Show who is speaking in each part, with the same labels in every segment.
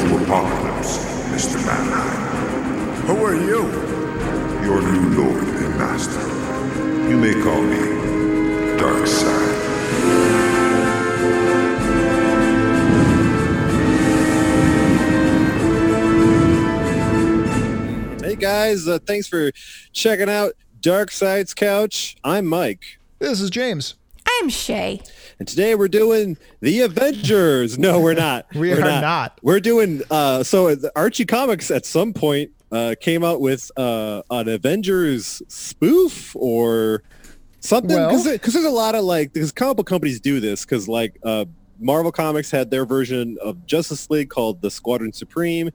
Speaker 1: apocalypse, Mr. Manheim.
Speaker 2: Who are you?
Speaker 1: Your new lord and master. You may call me Darkseid.
Speaker 3: Hey guys, uh, thanks for checking out Dark Side's Couch. I'm Mike.
Speaker 4: This is James.
Speaker 5: I'm Shay.
Speaker 3: And today we're doing The Avengers. No, we're not.
Speaker 4: we
Speaker 3: we're
Speaker 4: are not. not.
Speaker 3: We're doing uh so Archie Comics at some point uh came out with uh an Avengers spoof or something
Speaker 4: Well-
Speaker 3: cuz there's a lot of like cuz comic book companies do this cuz like uh Marvel Comics had their version of Justice League called the Squadron Supreme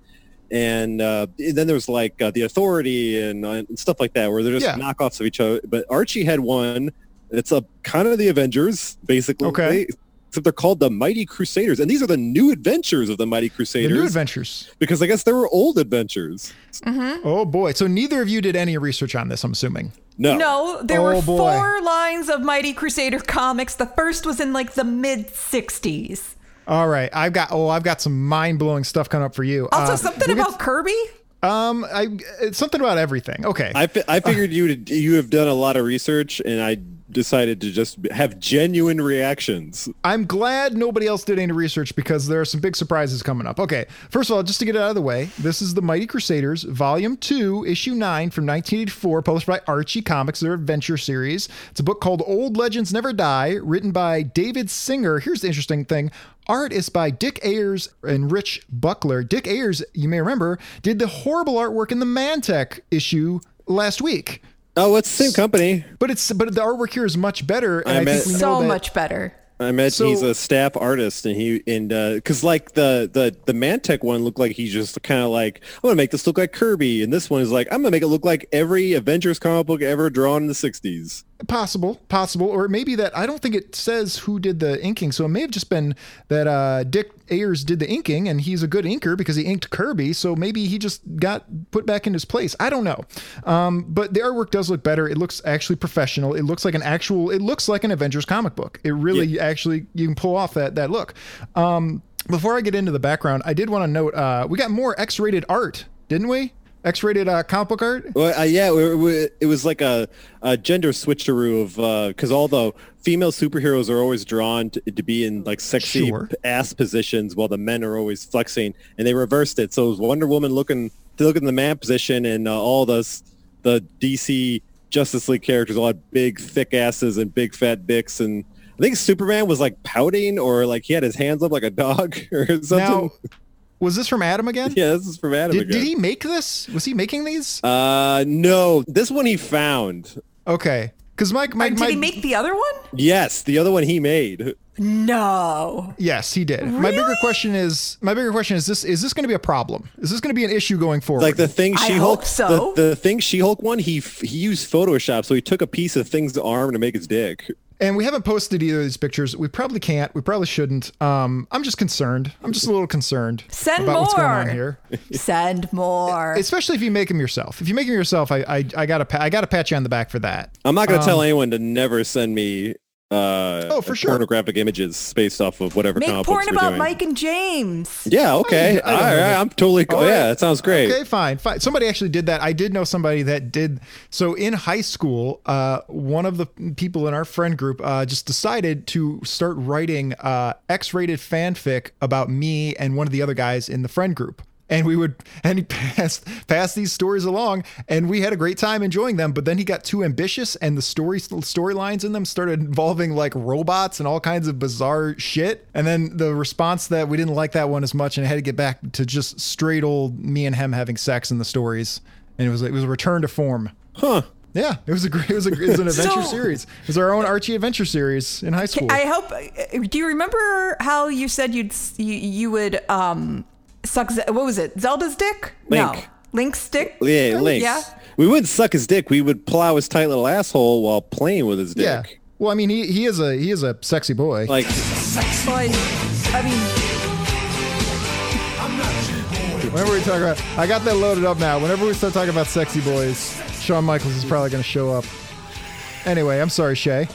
Speaker 3: and uh, then there was like uh, the authority and, uh, and stuff like that where they're just
Speaker 4: Yeah.
Speaker 3: knockoffs of each other but archie had one it's a kind of the avengers basically
Speaker 4: Okay.
Speaker 3: except they're called the mighty crusaders and these are the new adventures of the mighty
Speaker 4: The
Speaker 3: crusaders
Speaker 4: new adventures.
Speaker 3: because i guess there were old adventures
Speaker 5: Mm-hmm.
Speaker 4: Oh boy. So neither of you did any research on this, I'm assuming.
Speaker 3: no
Speaker 5: No, there
Speaker 4: Oh,
Speaker 5: were
Speaker 4: boy.
Speaker 5: four lines of Mighty Crusader comics. The first was in like the mid 60s.
Speaker 4: All right. I've got oh, I've got some mind blowing stuff coming up for you.
Speaker 5: Also,
Speaker 4: Uh,
Speaker 5: something
Speaker 4: we'll get-
Speaker 5: about Kirby?
Speaker 4: um I it's something about everything. Okay.
Speaker 3: I, fi- I figured you would- you have done a lot of research and i decided to just have genuine reactions
Speaker 4: I'm glad nobody else did any research because there are some big surprises coming up. Okay, first of all, just to get it out of the way, this is The Mighty Crusaders, Volume 2, Issue 9 from 1984, published by Archie Comics, their adventure series. It's a book called Old Legends Never Die, written by David Singer. Here's the interesting thing art is by Dick Ayers and Rich Buckler. Dick Ayers, you may remember, did the horrible artwork in the Mantech issue last week.
Speaker 3: oh it's the same company
Speaker 4: But it's but the artwork here is much better. And
Speaker 3: I
Speaker 4: I,
Speaker 3: meant-
Speaker 4: think we know
Speaker 5: So
Speaker 4: that-
Speaker 5: much better.
Speaker 3: I imagine
Speaker 4: So-
Speaker 3: he's a staff artist, and he and because like the the the Mantech one looked like he's just kind of like I'm gonna make this look like Kirby, and this one is like I'm gonna make it look like every Avengers comic book ever drawn in the '60s.
Speaker 4: possible possible or maybe that i don't think it says who did the inking so it may have just been that uh dick ayers did the inking and he's a good inker because he inked kirby so maybe he just got put back in his place i don't know um but the artwork does look better it looks actually professional it looks like an actual it looks like an avengers comic book it really actually you can pull off that that look um before i get into the background i did want to note uh we got more x-rated art didn't we x-rated uh comic book art
Speaker 3: Well, uh, yeah, we, we, it was like a, a gender switcheroo of because all the female superheroes are always drawn to, to be in like sexy
Speaker 4: Sure.
Speaker 3: p- ass positions, while the men are always flexing, and they reversed it. So it was Wonder Woman looking to look in the man position, and uh, all the s- the DC Justice League characters all had big thick asses and big fat dicks, and I think Superman was like pouting or like he had his hands up like a dog or something.
Speaker 4: now was this from adam again
Speaker 3: yeah, this is from Adam
Speaker 4: Did,
Speaker 3: again.
Speaker 4: did he make this? Was he making these?
Speaker 3: Uh, no, this one he found.
Speaker 4: okay. Because Mike,
Speaker 5: Or
Speaker 4: Mike,
Speaker 5: did
Speaker 4: my,
Speaker 5: he make the other one?
Speaker 3: Yes, the other one he made.
Speaker 5: No.
Speaker 4: yes, he did. My bigger question is, my bigger question is this: is this going to be a problem? Is this going to be an issue going forward?
Speaker 3: Like the thing
Speaker 5: I
Speaker 3: She Hulk,
Speaker 5: hope so.
Speaker 3: the, the thing She Hulk one, he f- he used Photoshop, so he took a piece of Thing's arm to make his dick.
Speaker 4: and we haven't posted either of these pictures. We probably can't. We probably shouldn't. Um, I'm just concerned. I'm just a little concerned
Speaker 5: Send
Speaker 4: about what's going on
Speaker 5: more.
Speaker 4: here.
Speaker 5: Send more.
Speaker 4: Especially if you make them yourself. If you make them yourself, I, I, I gotta, pa- I gotta pat you on the back for that.
Speaker 3: I'm not gonna
Speaker 5: Um.
Speaker 3: tell anyone to never send me uh
Speaker 4: Oh, for sure.
Speaker 3: pornographic images based off of whatever
Speaker 5: Make
Speaker 3: comic
Speaker 5: porn
Speaker 3: books we're
Speaker 5: about
Speaker 3: doing.
Speaker 5: Mike and James.
Speaker 3: Yeah, okay.
Speaker 4: I don't
Speaker 3: All
Speaker 4: know
Speaker 3: right,
Speaker 4: that-
Speaker 3: I'm totally cool.
Speaker 4: All right.
Speaker 3: Yeah, that sounds great.
Speaker 4: Okay, fine, fine. Somebody actually did that. I did know somebody that did. So in high school, uh, one of the people in our friend group uh, just decided to start writing uh, X-rated fanfic about me and one of the other guys in the friend group. And we would, and he passed passed these stories along, and we had a great time enjoying them. But then he got too ambitious, and the story storylines in them started involving like robots and all kinds of bizarre shit. And then the response that we didn't like that one as much, and I had to get back to just straight old me and him having sex in the stories. And it was it was a return to form.
Speaker 3: Huh.
Speaker 4: Yeah, it was a great, it was a, it was an adventure
Speaker 5: So-
Speaker 4: series. It was our own Archie adventure series in high school.
Speaker 5: I hope. Do you remember how you said you'd you, you would um suck? Ze- What was it? Zelda's dick? No,
Speaker 3: Link.
Speaker 5: Link's dick.
Speaker 3: Yeah, Link.
Speaker 5: Yeah.
Speaker 3: We wouldn't suck his dick. We would plow his tight little asshole while playing with his dick.
Speaker 4: yeah. Well, I mean, he he is a he is a sexy boy.
Speaker 3: Like,
Speaker 5: Well, I, I mean,
Speaker 4: Whenever we talk about, I got that loaded up now. Whenever we start talking about sexy boys, Shawn Michaels is probably going to show up. Anyway, I'm sorry, Shay.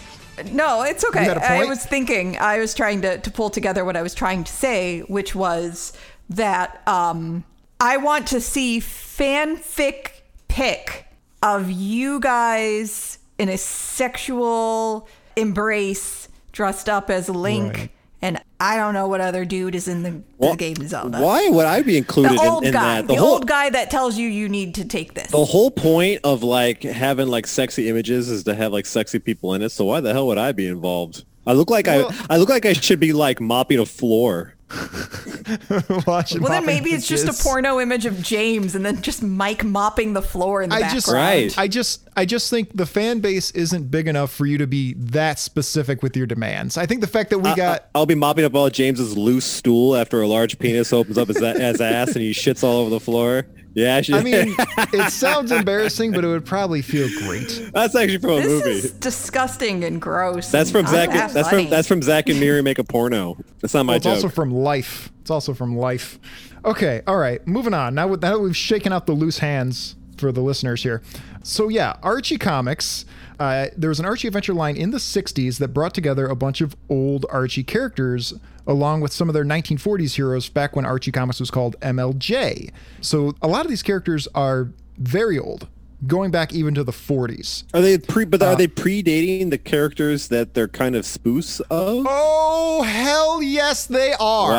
Speaker 5: no, it's okay.
Speaker 4: had a
Speaker 5: I
Speaker 4: point?
Speaker 5: was thinking. I was trying to to pull together what I was trying to say, which was that um, I want to see fanfic pic of you guys in a sexual embrace dressed up as Link.
Speaker 4: Right.
Speaker 5: And I don't know what other dude is in the, the game Zelda.
Speaker 3: Why would I be included
Speaker 5: The old
Speaker 3: in, in
Speaker 5: guy,
Speaker 3: that?
Speaker 5: the,
Speaker 3: whole
Speaker 5: old guy that tells you you need to take this.
Speaker 3: the whole point of like having like sexy images is to have like sexy people in it. So why the hell would I be involved? I look like
Speaker 4: Well-
Speaker 3: I I look like I should be like mopping a floor.
Speaker 4: Watch it
Speaker 5: Well, then
Speaker 4: popping
Speaker 5: maybe it's just
Speaker 4: bitches.
Speaker 5: a porno image of James and then just Mike mopping the floor in the
Speaker 4: I
Speaker 5: background.
Speaker 4: just,
Speaker 3: Right.
Speaker 4: I just, I just think the fan base isn't big enough for you to be that specific with your demands. I think the fact that we got
Speaker 3: I'll be mopping up all James's loose stool after a large penis opens up his, his ass and he shits all over the floor. Yeah, I, should,
Speaker 4: I mean, it sounds embarrassing, but it would probably feel great.
Speaker 3: that's actually from a
Speaker 5: This
Speaker 3: movie.
Speaker 5: is disgusting and gross.
Speaker 3: That's from
Speaker 5: I'm
Speaker 3: Zach.
Speaker 5: not
Speaker 3: That's
Speaker 5: funny.
Speaker 3: from that's from Zach and Miri make a porno. That's not my
Speaker 4: It's also
Speaker 3: joke.
Speaker 4: from life. It's also from life. Okay, all right, moving on. Now, with- now that we've shaken out the loose hands for the listeners here. So, yeah, Archie Comics. Uh, there was an Archie Adventure line in the 60s that brought together a bunch of old Archie characters along with some of their 1940s heroes back when Archie Comics was called MLJ. So, a lot of these characters are very old, going back even to the 40s.
Speaker 3: Are they pre? But are they predating the characters that they're kind of spoofs of?
Speaker 4: Oh, hell yes, they are.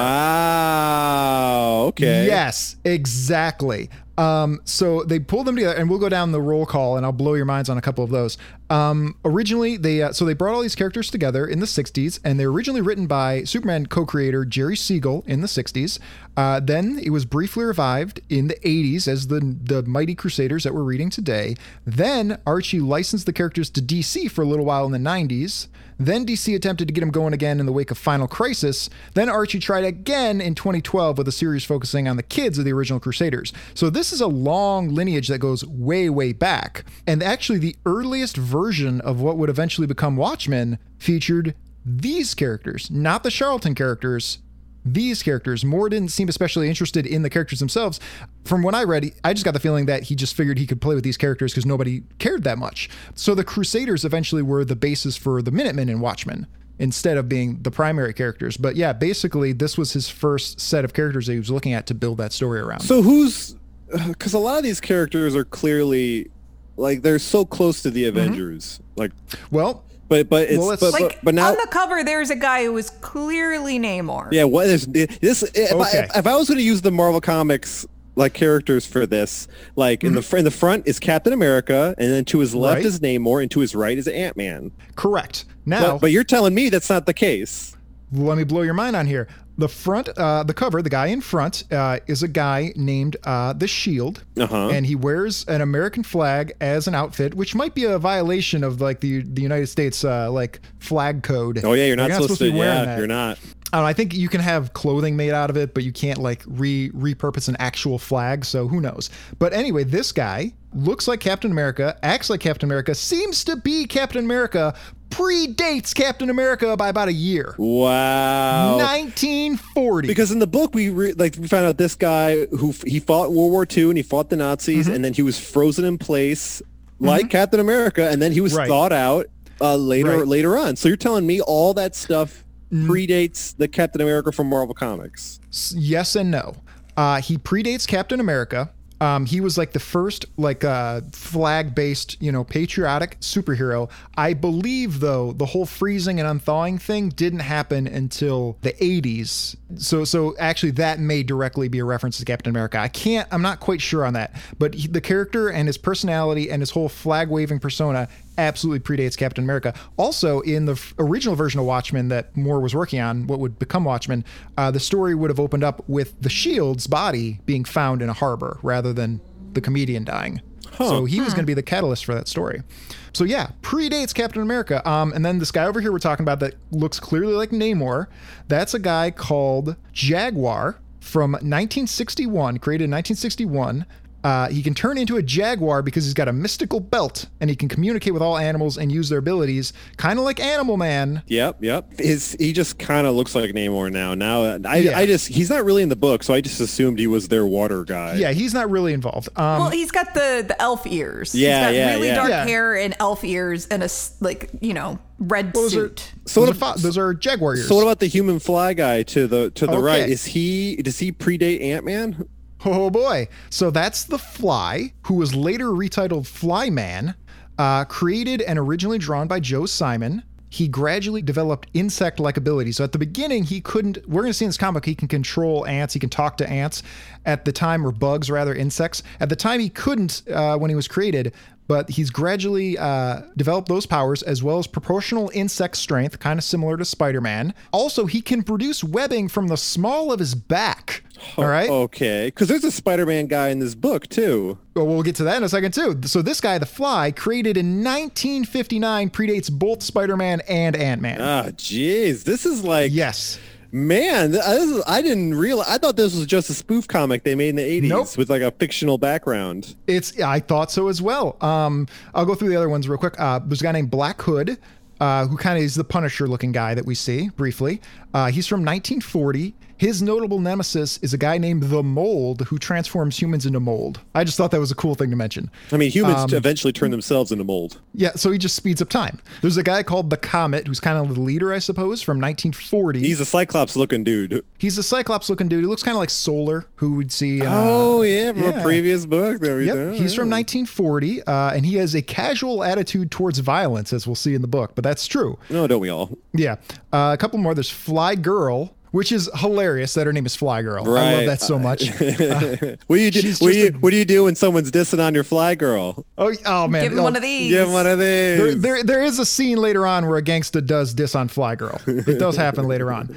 Speaker 3: Wow. Okay.
Speaker 4: Yes, exactly. Um, so they pulled them together, and we'll go down the roll call, and I'll blow your minds on a couple of those. Um, originally, they uh, so they brought all these characters together in the '60s, and they're originally written by Superman co-creator Jerry Siegel in the '60s. Uh, then it was briefly revived in the '80s as the the Mighty Crusaders that we're reading today. Then Archie licensed the characters to DC for a little while in the '90s. Then DC attempted to get him going again in the wake of Final Crisis. Then Archie tried again in 2012 with a series focusing on the kids of the original Crusaders. So this is a long lineage that goes way, way back. And actually, the earliest version of what would eventually become Watchmen featured these characters, not the Charlton characters. These characters, Moore didn't seem especially interested in the characters themselves. From what I read, I just got the feeling that he just figured he could play with these characters because nobody cared that much. So the Crusaders eventually were the basis for the Minutemen and Watchmen instead of being the primary characters. But yeah, basically, this was his first set of characters that he was looking at to build that story around.
Speaker 3: So who's? Because a lot of these characters are clearly like they're so close to
Speaker 4: Mm-hmm.
Speaker 3: the Avengers. Like,
Speaker 4: well,
Speaker 3: but but it's
Speaker 4: Well, let's-
Speaker 3: but, but-
Speaker 5: like
Speaker 3: but now.
Speaker 5: on the cover, there's a guy who is clearly Namor.
Speaker 3: yeah, what is this? If,
Speaker 4: Okay.
Speaker 3: I, if I was going to use the Marvel comics like characters for this, like in the fr- in the front is Captain America, and then to his left
Speaker 4: Mm-hmm. Right.
Speaker 3: is Namor, and to his right is Ant Man.
Speaker 4: correct. Now,
Speaker 3: But, but you're telling me that's not the case.
Speaker 4: let me blow your mind on here. The front, uh, the cover, the guy in front uh, is a guy named uh, the Shield,
Speaker 3: Uh-huh.
Speaker 4: and he wears an American flag as an outfit, which might be a violation of like the the United States uh, like flag code.
Speaker 3: Oh yeah, you're not, supposed, to.
Speaker 4: wearing
Speaker 3: yeah,
Speaker 4: that.
Speaker 3: you're not.
Speaker 4: I, don't know, I think you can have clothing made out of it, but you can't like re repurpose an actual flag. So who knows? But anyway, this guy looks like Captain America, acts like Captain America, seems to be Captain America, predates Captain America by about a year.
Speaker 3: Wow.
Speaker 4: 1940.
Speaker 3: Because in the book, we re- like we found out this guy who f- he fought World War II and he fought the Nazis,
Speaker 4: Mm-hmm.
Speaker 3: and then he was frozen in place like Captain America, and then he was
Speaker 4: Right.
Speaker 3: thawed out uh, later
Speaker 4: Right. Mm-hmm.
Speaker 3: later on. So you're telling me all that stuff predates the Captain America from Marvel Comics?
Speaker 4: S- yes and no. Uh, he predates Captain America. Um, he was like the first like uh, flag-based, you know, patriotic superhero. I believe though the whole freezing and unthawing thing didn't happen until the 80s. So so actually that may directly be a reference to Captain America. I can't I'm not quite sure on that, but he, the character and his personality and his whole flag-waving persona absolutely predates Captain America. Also, in the f- original version of Watchmen that Moore was working on, what would become Watchmen, uh, the story would have opened up with the Shield's body being found in a harbor rather than the comedian dying. So he was going to be the catalyst for that story. So yeah, predates Captain America. Um, and then this guy over here we're talking about that looks clearly like Namor. That's a guy called Jaguar from 1961, created in 1961. Uh, he can turn into a jaguar because he's got a mystical belt and he can communicate with all animals and use their abilities, kind of like Animal Man.
Speaker 3: Yep, yep. His he just kind of looks like Namor now. Now uh, I
Speaker 4: Yeah.
Speaker 3: I just he's not really in the book, so I just assumed he was their water guy.
Speaker 4: Yeah, he's not really involved. Um,
Speaker 5: well, he's got the the elf ears.
Speaker 3: Yeah,
Speaker 5: he's got
Speaker 3: yeah,
Speaker 5: really
Speaker 3: yeah.
Speaker 5: dark
Speaker 4: Yeah.
Speaker 5: hair and elf ears and a s- like you know red
Speaker 4: those are,
Speaker 5: suit.
Speaker 3: So
Speaker 4: those,
Speaker 3: what
Speaker 4: are fo- those are jaguar ears.
Speaker 3: So what about the human fly guy to the to the
Speaker 4: Okay.
Speaker 3: right? Is he does he predate Ant Man?
Speaker 4: Oh boy. So that's the Fly, who was later retitled Flyman, uh, created and originally drawn by Joe Simon. He gradually developed insect like abilities. So at the beginning, he couldn't. We're going to see in this comic, he can control ants. He can talk to ants at the time, or bugs, rather, insects. At the time, he couldn't uh, when he was created, but he's gradually uh, developed those powers as well as proportional insect strength, kind of similar to Spider Man. Also, he can produce webbing from the small of his back. All right.
Speaker 3: oh, Okay, because there's a Spider Man guy in this book too.
Speaker 4: Well, we'll get to that in a second too. So this guy, the Fly, created in 1959, predates both Spider-Man and Ant-Man.
Speaker 3: Ah, jeez, this is like
Speaker 4: yes.
Speaker 3: man. th- This is, I didn't realize. I thought this was just a spoof comic they made in the '80s
Speaker 4: Nope.
Speaker 3: with like a fictional background.
Speaker 4: It's I thought so as well. Um, I'll go through the other ones real quick. Uh, there's a guy named Black Hood, uh, who kind of is the Punisher-looking guy that we see briefly. Uh, he's from 1940. His notable nemesis is a guy named the Mold, who transforms humans into mold. I just thought that was a cool thing to mention.
Speaker 3: I mean, humans
Speaker 4: Um,
Speaker 3: eventually turn themselves into mold.
Speaker 4: Yeah, so he just speeds up time. There's a guy called the Comet, who's kind of the leader, I suppose, from 1940.
Speaker 3: He's a Cyclops looking dude.
Speaker 4: He's a Cyclops looking dude. He looks kind of like Solar, who we'd see. in, uh,
Speaker 3: oh yeah, from
Speaker 4: yeah.
Speaker 3: a previous book. There we
Speaker 4: yep.
Speaker 3: go.
Speaker 4: He's from 1940, uh, and he has a casual attitude towards violence, as we'll see in the book, but that's true.
Speaker 3: No, don't we all?
Speaker 4: Yeah. Uh, a couple more. There's Fly Girl, which is hilarious that her name is Fly Girl. I love
Speaker 3: Right.
Speaker 4: that so much.
Speaker 3: What do you do?
Speaker 4: She's
Speaker 3: What do
Speaker 4: just
Speaker 3: you, what do you do when someone's dissing on your fly girl?
Speaker 4: oh, oh, man.
Speaker 5: Give him
Speaker 4: Oh,
Speaker 5: one of these.
Speaker 3: Give 'em one of these.
Speaker 4: There, there, there is a scene later on where a gangsta does diss on Fly Girl. It does happen later on.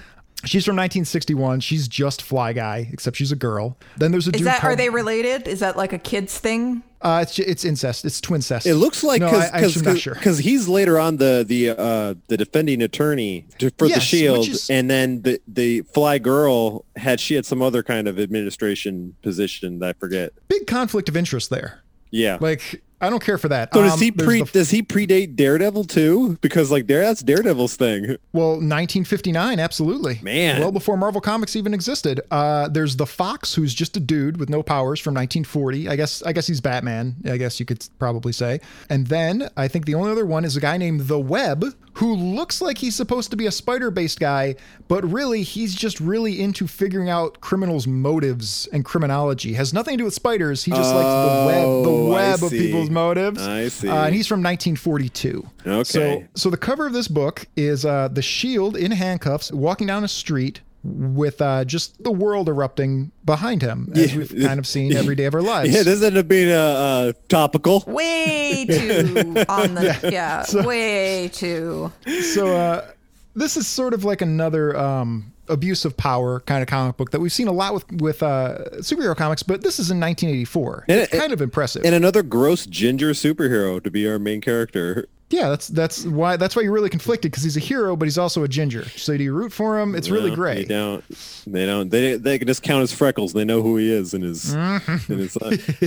Speaker 4: She's from 1961. She's just Fly Guy, except she's a girl. Then there's a
Speaker 5: Is
Speaker 4: dude.
Speaker 5: that are
Speaker 4: called-
Speaker 5: they related? Is that like a kids thing?
Speaker 4: Uh, it's it's incest. It's twin cest.
Speaker 3: It looks like
Speaker 4: no,
Speaker 3: because
Speaker 4: I, I'm not sure.
Speaker 3: he's later on the the uh, the defending attorney to, for
Speaker 4: Yes,
Speaker 3: the
Speaker 4: which
Speaker 3: shield,
Speaker 4: is-
Speaker 3: and then the the fly girl had she had some other kind of administration position that I forget.
Speaker 4: Big conflict of interest there.
Speaker 3: Yeah.
Speaker 4: Like I don't care for that.
Speaker 3: so does
Speaker 4: Um,
Speaker 3: he
Speaker 4: there's
Speaker 3: pre
Speaker 4: the-
Speaker 3: does he predate Daredevil too? Because like there that's Daredevil's thing.
Speaker 4: well, 1959, absolutely.
Speaker 3: Man.
Speaker 4: well before Marvel Comics even existed. Uh, there's the Fox, who's just a dude with no powers from 1940. I guess I guess he's Batman. I guess you could probably say. And then I think the only other one is a guy named the Web, who looks like he's supposed to be a spider-based guy, but really he's just really into figuring out criminals' motives and criminology. Has nothing to do with spiders. He just likes the web,
Speaker 3: Oh,
Speaker 4: the
Speaker 3: I
Speaker 4: web of
Speaker 3: see.
Speaker 4: people's motives.
Speaker 3: I see.
Speaker 4: Uh, and he's from 1942. So
Speaker 3: Okay.
Speaker 4: so the cover of this book is uh, the shield in handcuffs walking down a street with uh, just the world erupting behind him, as
Speaker 3: Yeah.
Speaker 4: we've kind of seen every day of our lives.
Speaker 3: Yeah, this ended up being uh, uh, topical.
Speaker 5: Way too on the yeah, way too.
Speaker 4: so uh, this is sort of like another um, abuse of power kind of comic book that we've seen a lot with with uh, superhero comics, but this is in 1984.
Speaker 3: And
Speaker 4: it's
Speaker 3: it-
Speaker 4: kind of impressive.
Speaker 3: And another gross ginger superhero to be our main character.
Speaker 4: yeah, that's that's why that's why you're really conflicted because he's a hero, but he's also a ginger. So do you root for him? It's really
Speaker 3: No,
Speaker 4: great.
Speaker 3: They don't. They don't. They they can just count his freckles. They know who he is and his.
Speaker 4: Mm-hmm.
Speaker 3: and his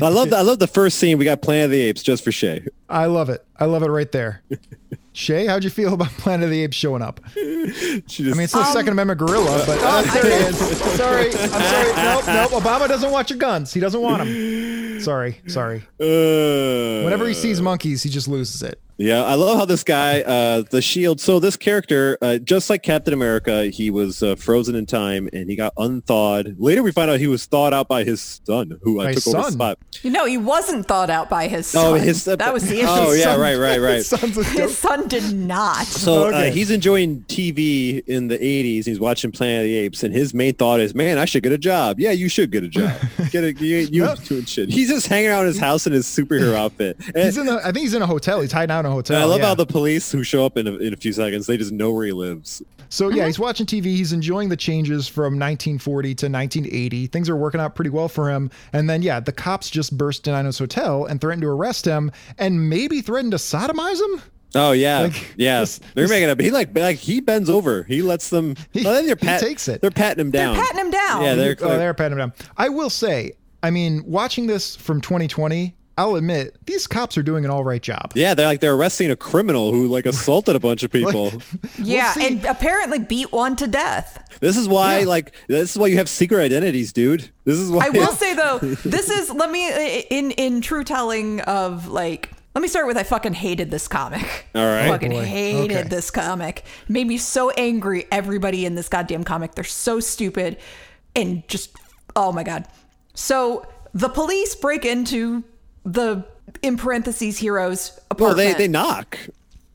Speaker 3: I love. The, I love the first scene. We got Planet of the Apes just for Shay.
Speaker 4: I love it. I love it right there. Shay, how'd you feel about Planet of the Apes showing up?
Speaker 3: She just.
Speaker 4: I mean, it's still Second Amendment gorilla, but there he is. Oh, Sorry, I'm sorry. Nope, nope. Obama doesn't want your guns. He doesn't want them. Sorry, sorry.
Speaker 3: uh,
Speaker 4: Whenever he sees monkeys, he just loses it.
Speaker 3: Yeah, I love how this guy, uh, the Shield. So this character, uh, just like Captain America, he was uh, frozen in time and he got unthawed. Later, we find out he was thawed out by his son, who
Speaker 4: By
Speaker 3: I
Speaker 4: his
Speaker 3: took over
Speaker 4: son?
Speaker 3: his spot.
Speaker 5: You know, he wasn't thought out by his son.
Speaker 3: Oh, his
Speaker 5: that was the issue.
Speaker 3: Oh yeah, right, right, right.
Speaker 4: It sounds like
Speaker 5: His son did not.
Speaker 3: So
Speaker 4: Okay.
Speaker 3: uh, he's enjoying TV in the 80s. He's watching Planet of the Apes, and his main thought is, "Man, I should get a job." Yeah, you should get a job. Get a you, you doing shit. He's just hanging out in his house in his superhero outfit. And
Speaker 4: he's in the. I think he's in a hotel. He's hiding out in a hotel.
Speaker 3: I love
Speaker 4: yeah.
Speaker 3: how the police who show up in a, in a few seconds, they just know where he lives.
Speaker 4: So yeah, he's watching TV. He's enjoying the changes from 1940 to 1980. Things are working out pretty well for him. And then yeah, the cops just burst in on his hotel and threatened to arrest him and maybe threatened to sodomize him.
Speaker 3: Oh yeah, yeah.
Speaker 4: this-
Speaker 3: They're making up. He like, like he bends over. He lets them.
Speaker 4: He-
Speaker 3: well, then they're
Speaker 4: he
Speaker 3: pat-
Speaker 4: takes it.
Speaker 3: They're patting him down.
Speaker 5: patting him down.
Speaker 3: Yeah, they're.
Speaker 4: oh, they're patting him down. I will say, I mean, watching this from 2020, I'll admit these cops are doing an all right job.
Speaker 3: Yeah, they're like they're arresting a criminal who like assaulted a bunch of people.
Speaker 5: Yeah,
Speaker 4: see.
Speaker 5: and apparently beat one to death.
Speaker 3: this is why
Speaker 4: Yeah.
Speaker 3: like this is why you have secret identities, dude. This is why
Speaker 5: I will say though, this is let me in in true telling of like let me start with I fucking hated this comic.
Speaker 3: All right.
Speaker 5: Fucking
Speaker 4: Oh, Boy,
Speaker 5: hated
Speaker 4: okay.
Speaker 5: this comic. Made me so angry everybody in this goddamn comic. They're so stupid and just oh my god. So the police break into the in parentheses heroes
Speaker 3: Well,
Speaker 5: apartment.
Speaker 3: they they knock.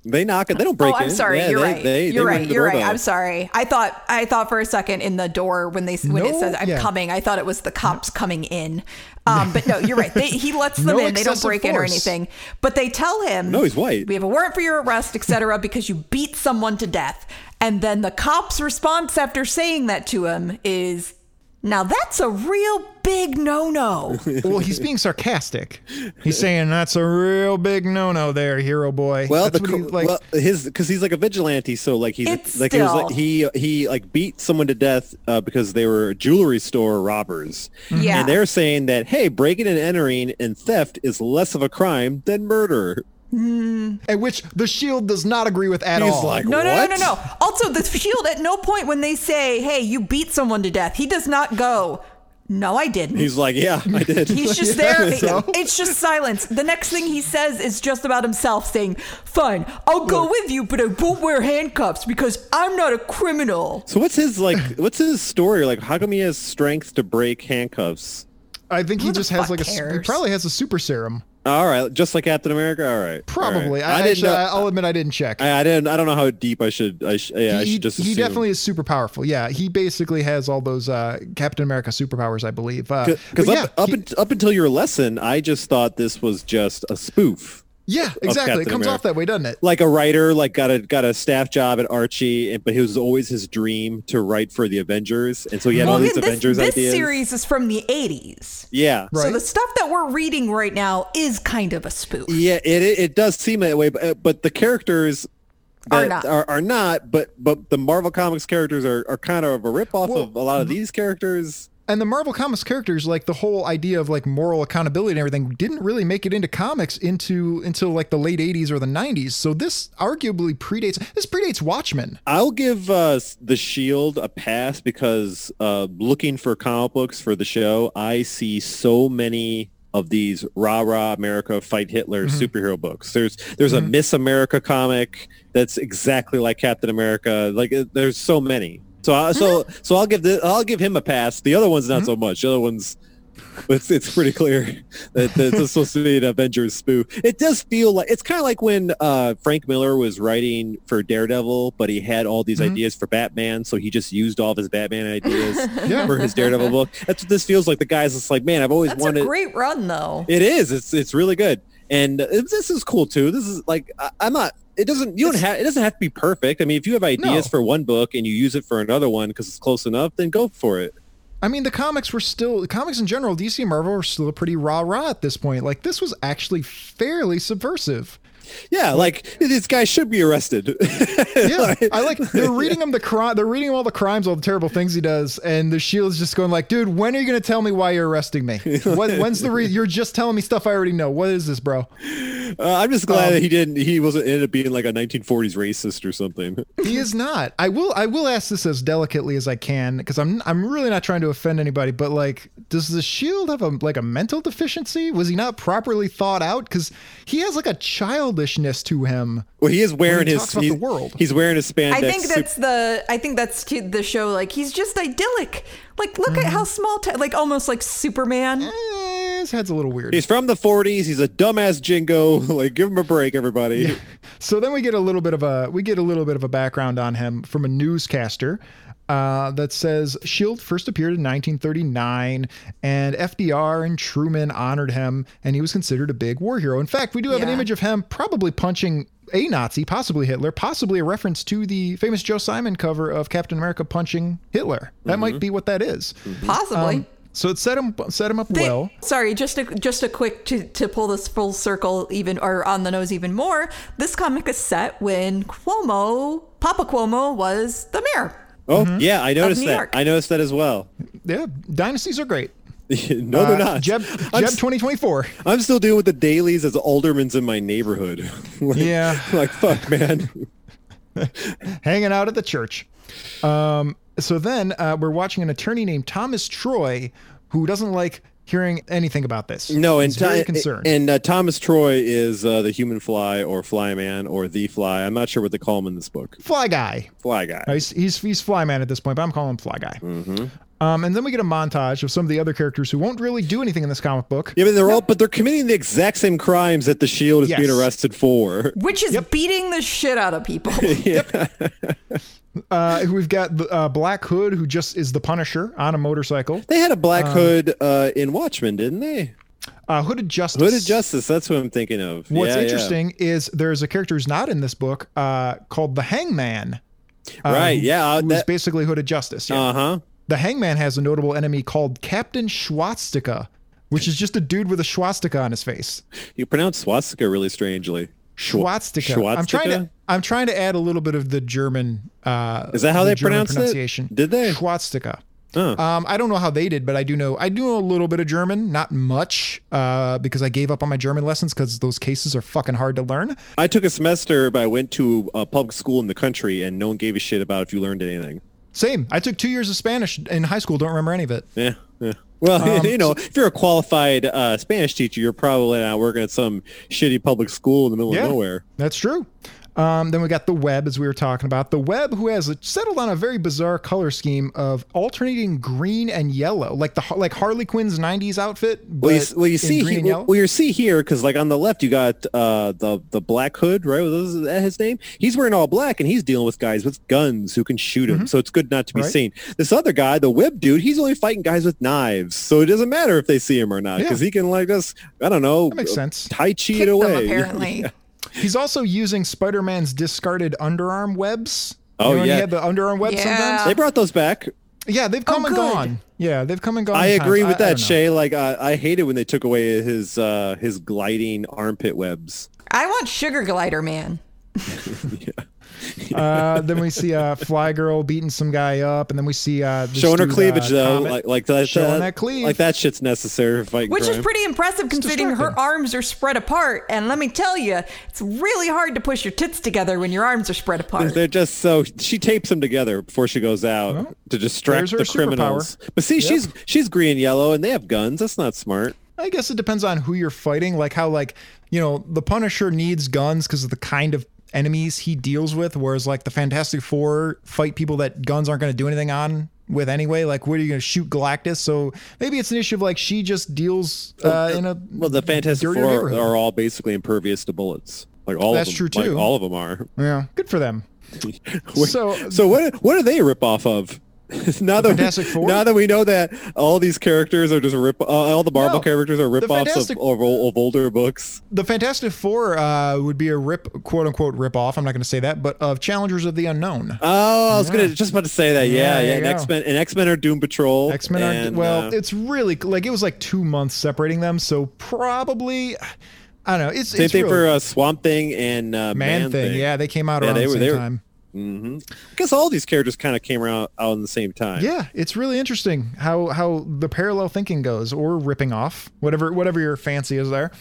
Speaker 3: They knock it. They don't break
Speaker 5: oh,
Speaker 3: in.
Speaker 5: I'm sorry.
Speaker 3: Yeah,
Speaker 5: you're
Speaker 3: they- they-
Speaker 5: right.
Speaker 3: they
Speaker 5: you're
Speaker 3: ring
Speaker 5: right.
Speaker 3: the
Speaker 5: You're right.
Speaker 3: doorbell.
Speaker 5: I'm sorry. I thought I thought for a second in the door when they when it
Speaker 4: No,
Speaker 5: says I'm
Speaker 4: yeah.
Speaker 5: coming, I thought it was the cops coming in. Um, but no, you're right. They, he lets them
Speaker 4: No
Speaker 5: in. They don't
Speaker 4: excessive
Speaker 5: break in or
Speaker 4: force.
Speaker 5: anything. But they tell him,
Speaker 3: No, he's white.
Speaker 5: We have a warrant for your arrest, etc., because you beat someone to death. And then the cop's response after saying that to him is, "Now that's a real big no-no."
Speaker 4: well, he's being sarcastic. He's saying that's a real big no-no there, hero boy.
Speaker 3: Well,
Speaker 4: that's
Speaker 3: the,
Speaker 4: what he,
Speaker 3: co-
Speaker 4: like,
Speaker 3: well, his because he's like a vigilante, so like he's
Speaker 5: It's
Speaker 3: like he was like
Speaker 5: still-
Speaker 3: he he like beat someone to death uh, because they were jewelry store robbers.
Speaker 5: Mm-hmm. Yeah.
Speaker 3: and they're saying that hey, breaking and entering and theft is less of a crime than murder.
Speaker 4: at which the shield does not agree with at
Speaker 3: He's
Speaker 4: all.
Speaker 3: like,
Speaker 5: No, no,
Speaker 3: what?
Speaker 5: no, no, no. Also, the shield at no point when they say, "Hey, you beat someone to death," he does not go. No, I didn't.
Speaker 3: He's like, yeah, I did.
Speaker 5: He's just there.
Speaker 4: so?
Speaker 5: It's just silence. The next thing he says is just about himself saying, "Fine, I'll go with you, but I won't wear handcuffs because I'm not a criminal."
Speaker 3: so what's his like? What's his story? Like, how come he has strength to break handcuffs?
Speaker 4: I think he
Speaker 5: the
Speaker 4: just has
Speaker 5: fuck
Speaker 4: like a. s- He
Speaker 5: cares?
Speaker 4: probably has a super serum.
Speaker 3: All right, just like Captain America. All right, all right.
Speaker 4: Probably. I,
Speaker 3: I,
Speaker 4: actually,
Speaker 3: didn't know. I,
Speaker 4: I'll admit I didn't check.
Speaker 3: I didn't. I don't know how deep I should. I sh- yeah, I
Speaker 4: he,
Speaker 3: should just.
Speaker 4: he
Speaker 3: assume.
Speaker 4: definitely is super powerful. Yeah, he basically has all those uh, Captain America superpowers, I believe. Uh,
Speaker 3: Because
Speaker 4: but yeah,
Speaker 3: up, up,
Speaker 4: he-
Speaker 3: unt- up until your lesson, I just thought this was just a spoof.
Speaker 4: yeah, exactly. It
Speaker 3: Captain
Speaker 4: comes off
Speaker 3: America.
Speaker 4: that way, doesn't it?
Speaker 3: Like a writer, like got a got a staff job at Archie, and, but it was always his dream to write for the Avengers, and so he had all
Speaker 5: Well,
Speaker 3: these
Speaker 5: this,
Speaker 3: Avengers
Speaker 5: this
Speaker 3: ideas.
Speaker 5: series is from the '80s,
Speaker 3: yeah,
Speaker 4: Right.
Speaker 5: so the stuff that we're reading right now is kind of a spoof.
Speaker 3: yeah, it it it does seem that way, but uh, but the characters
Speaker 5: Are
Speaker 3: that
Speaker 5: not.
Speaker 3: Are, are not, but but the Marvel Comics characters are, are kind of a ripoff of a lot of these characters.
Speaker 4: and the Marvel Comics characters, like the whole idea of like moral accountability and everything, didn't really make it into comics into until like the late '80s or the '90s. So this arguably predates this predates Watchmen.
Speaker 3: I'll give uh, s- the Shield a pass because uh, looking for comic books for the show, I see so many of these rah rah America fight Hitler superhero books. There's there's a Miss America comic that's exactly like Captain America. Like uh, there's so many. So I, so so I'll give the, I'll give him a pass. The other one's not so much. The other one's it's it's pretty clear that that this is supposed to be an Avengers spoof. It does feel like it's kind of like when uh, Frank Miller was writing for Daredevil, but he had all these
Speaker 5: Mm-hmm.
Speaker 3: ideas for Batman, so he just used all of his Batman ideas
Speaker 4: Yeah.
Speaker 3: for his Daredevil book. That's what this feels like. The guy's just like, man, I've always
Speaker 5: That's
Speaker 3: wanted.
Speaker 5: a great run, though.
Speaker 3: it is. It's it's really good, and uh, this is cool too. This is like I, I'm not. It doesn't. You don't have. It doesn't have to be perfect. I mean, if you have ideas
Speaker 4: No.
Speaker 3: for one book and you use it for another one because it's close enough, then go for it.
Speaker 4: I mean, the comics were still the comics in general, DC and Marvel were still pretty rah rah at this point. Like this was actually fairly subversive.
Speaker 3: Yeah, like this guy should be arrested.
Speaker 4: Yeah, I like they're reading him the crime. They're reading him all the crimes, all the terrible things he does, and the shield's just going like, "Dude, when are you going to tell me why you're arresting me? What, when's the re- you're just telling me stuff I already know? What is this, bro?
Speaker 3: Uh, I'm just
Speaker 4: Um,
Speaker 3: glad that he didn't. He wasn't ended up being like a 1940s racist or something.
Speaker 4: He is not. I will. I will ask this as delicately as I can because I'm. I'm really not trying to offend anybody. But like, does the shield have a like a mental deficiency? Was he not properly thought out? Because he has like a childishness to him.
Speaker 3: Well, he is wearing
Speaker 4: he
Speaker 3: his.
Speaker 4: talks about
Speaker 3: he's-
Speaker 4: the world.
Speaker 3: He's wearing his spandex.
Speaker 5: I think
Speaker 3: suit.
Speaker 5: that's the I think that's to the show like he's just idyllic. Like look at how small t- like almost like Superman.
Speaker 4: Eh, his head's a little weird.
Speaker 3: He's from the 40s. He's a dumbass jingo. Like, give him a break, everybody.
Speaker 4: So then we get a little bit of a we get a little bit of a background on him from a newscaster uh, that says Shield first appeared in 1939, and FDR and Truman honored him, and he was considered a big war hero. In fact, we do have an
Speaker 5: Yeah.
Speaker 4: image of him probably punching a Nazi, possibly Hitler, possibly a reference to the famous Joe Simon cover of Captain America punching Hitler. That
Speaker 3: Mm-hmm.
Speaker 4: might be what that is.
Speaker 5: Possibly.
Speaker 4: So it set him set him up
Speaker 5: They-
Speaker 4: well.
Speaker 5: sorry, just a just a quick to to pull this full circle even or on the nose even more. This comic is set when Cuomo, Papa Cuomo was the mayor.
Speaker 4: Mm-hmm.
Speaker 3: Oh, yeah, I noticed
Speaker 5: New
Speaker 3: that.
Speaker 5: York.
Speaker 3: I noticed that as well.
Speaker 4: Yeah, dynasties are great.
Speaker 3: no, they're not.
Speaker 4: Uh, Jeb,
Speaker 3: I'm,
Speaker 4: Jeb
Speaker 3: s-
Speaker 4: 2024.
Speaker 3: I'm still dealing with the dailies as aldermans in my neighborhood. like,
Speaker 4: Yeah.
Speaker 3: Like, fuck, man.
Speaker 4: hanging out at the church. Um, so then uh, we're watching an attorney named Thomas Troy who doesn't like hearing anything about this.
Speaker 3: No, and
Speaker 4: He's very
Speaker 3: Ti-
Speaker 4: concerned.
Speaker 3: And uh, Thomas Troy is uh, the human fly or fly man or the fly. I'm not sure what they call him in this book.
Speaker 4: Fly guy.
Speaker 3: Fly guy.
Speaker 4: Uh, He's, he's he's Fly Man at this point, but I'm calling him Fly Guy.
Speaker 3: Mm-hmm.
Speaker 4: Um, and then we get a montage of some of the other characters who won't really do anything in this comic book.
Speaker 3: Yeah, but they're all but they're committing the exact same crimes that the Shield is
Speaker 4: Yes.
Speaker 3: being arrested for.
Speaker 5: Which is beating the shit out of people.
Speaker 4: Uh, we've got the, uh, Black Hood, who just is the Punisher on a motorcycle.
Speaker 3: They had a Black
Speaker 4: Um,
Speaker 3: Hood uh, in Watchmen, didn't they?
Speaker 4: Uh, Hooded Justice.
Speaker 3: Hooded Justice. That's what I'm thinking of.
Speaker 4: What's
Speaker 3: Yeah, yeah.
Speaker 4: interesting is there's a character who's not in this book uh, called the Hangman. um,
Speaker 3: right? Yeah. uh,
Speaker 4: who's
Speaker 3: That,
Speaker 4: basically Hooded Justice. Yeah.
Speaker 3: uh-huh.
Speaker 4: the Hangman has a notable enemy called Captain Schwatstika, which is just a dude with a swastika on his face.
Speaker 3: You pronounce swastika really strangely. Schw-
Speaker 4: Schwatstika. I'm trying to.
Speaker 3: Schwarztica?
Speaker 4: I'm trying to add a little bit of the German. Uh,
Speaker 3: Is that how
Speaker 4: the
Speaker 3: they
Speaker 4: German
Speaker 3: pronounce it?
Speaker 4: pronunciation?
Speaker 3: Did they?
Speaker 4: Schwatstika.
Speaker 3: Huh.
Speaker 4: Um, I don't know how they did, but I do know I do know a little bit of German, not much, uh, because I gave up on my German lessons because those cases are fucking hard to learn.
Speaker 3: I took a semester, but I went to a public school in the country, and no one gave a shit about if you learned anything.
Speaker 4: Same. I took two years of Spanish in high school. Don't remember any of it.
Speaker 3: Yeah. yeah. Well,
Speaker 4: Um,
Speaker 3: you know, if you're a qualified uh, Spanish teacher, you're probably not working at some shitty public school in the middle
Speaker 4: Yeah.
Speaker 3: of nowhere.
Speaker 4: That's true. Um, then we got the web, as we were talking about. The web, who has settled on a very bizarre color scheme of alternating green and yellow, like the like Harley Quinn's '90s outfit. But
Speaker 3: Well, you, well, you
Speaker 4: in
Speaker 3: see,
Speaker 4: green
Speaker 3: he,
Speaker 4: and yellow.
Speaker 3: well, you see here because, like, on the left, you got uh, the the black hood, right? Was that his name? He's wearing all black, and he's dealing with guys with guns who can shoot him. So it's good not to be
Speaker 4: Mm-hmm. Right.
Speaker 3: seen. This other guy, the web dude, he's only fighting guys with knives, so it doesn't matter if they see him or not
Speaker 4: Yeah.
Speaker 3: because he can, like, us, I don't know, uh,
Speaker 4: That makes sense.
Speaker 3: Tai chi
Speaker 5: Kick
Speaker 3: it
Speaker 5: them,
Speaker 3: away.
Speaker 5: apparently.
Speaker 4: He's also using Spider-Man's discarded underarm webs.
Speaker 3: Oh,
Speaker 4: when he
Speaker 3: yeah.
Speaker 4: had the underarm web
Speaker 5: Yeah.
Speaker 4: sometimes.
Speaker 3: They brought those back.
Speaker 4: Yeah, they've come
Speaker 5: Oh,
Speaker 4: and
Speaker 5: good.
Speaker 4: gone. Yeah, they've come and gone.
Speaker 3: I
Speaker 4: at times.
Speaker 3: agree with
Speaker 4: I
Speaker 3: that,
Speaker 4: don't know.
Speaker 3: Shay. Like, I I hate it when they took away his uh, his gliding armpit webs.
Speaker 5: I want Sugar Glider Man.
Speaker 4: Uh, then we see uh, Fly Girl beating some guy up, and then we see uh, this
Speaker 3: Showing her
Speaker 4: dude, uh,
Speaker 3: cleavage though,
Speaker 4: Comet.
Speaker 3: like like that, uh,
Speaker 4: Showing that cleave.
Speaker 3: like that shit's necessary for fighting
Speaker 5: Which
Speaker 3: crime.
Speaker 5: is pretty impressive considering her
Speaker 4: distracting.
Speaker 5: arms are spread apart. And let me tell you, it's really hard to push your tits together when your arms are spread apart.
Speaker 3: They're just so she tapes them together before she goes out to distract
Speaker 4: there's her
Speaker 3: the criminals. But see, she's she's green and yellow, and they have guns. That's not smart.
Speaker 4: I guess it depends on who you're fighting. Like how, like you know, the Punisher needs guns because of the kind of enemies he deals with. Whereas like the Fantastic Four fight people that guns aren't going to do anything on with anyway. Like, what are you going to shoot Galactus? So maybe it's an issue of like she just deals uh, in a
Speaker 3: Well, the Fantastic
Speaker 4: Dirtier
Speaker 3: Four
Speaker 4: neighborhood.
Speaker 3: are all basically impervious to bullets. Like all
Speaker 4: That's
Speaker 3: of
Speaker 4: true,
Speaker 3: them, like,
Speaker 4: too.
Speaker 3: all of them are.
Speaker 4: yeah. Good for them. So-
Speaker 3: so what what do they rip off of? now that
Speaker 4: Fantastic
Speaker 3: we,
Speaker 4: Four?
Speaker 3: now that we know that all these characters are just rip uh, all the Marvel
Speaker 4: No,
Speaker 3: characters are rip offs of,
Speaker 4: Fantastic-
Speaker 3: of, ol- of older books.
Speaker 4: The Fantastic Four uh, would be a rip, quote unquote, rip off. I'm not going to say that, but of Challengers of the Unknown.
Speaker 3: Oh, I was gonna just about to say that. Yeah,
Speaker 4: Yeah,
Speaker 3: yeah.
Speaker 4: there
Speaker 3: and
Speaker 4: you go.
Speaker 3: X Men and X Men are Doom Patrol.
Speaker 4: X Men are
Speaker 3: and,
Speaker 4: well.
Speaker 3: uh,
Speaker 4: it's really like it was like two months separating them, so probably I don't know. It's
Speaker 3: Same
Speaker 4: it's
Speaker 3: thing
Speaker 4: really,
Speaker 3: for uh, Swamp Thing and uh,
Speaker 4: Man, thing. Yeah, they came out
Speaker 3: Yeah,
Speaker 4: around
Speaker 3: they
Speaker 4: the
Speaker 3: were-
Speaker 4: same
Speaker 3: they were-
Speaker 4: time.
Speaker 3: I guess all these characters kind of came around out in the same time.
Speaker 4: Yeah, it's really interesting how how the parallel thinking goes, or ripping off whatever whatever your fancy is there.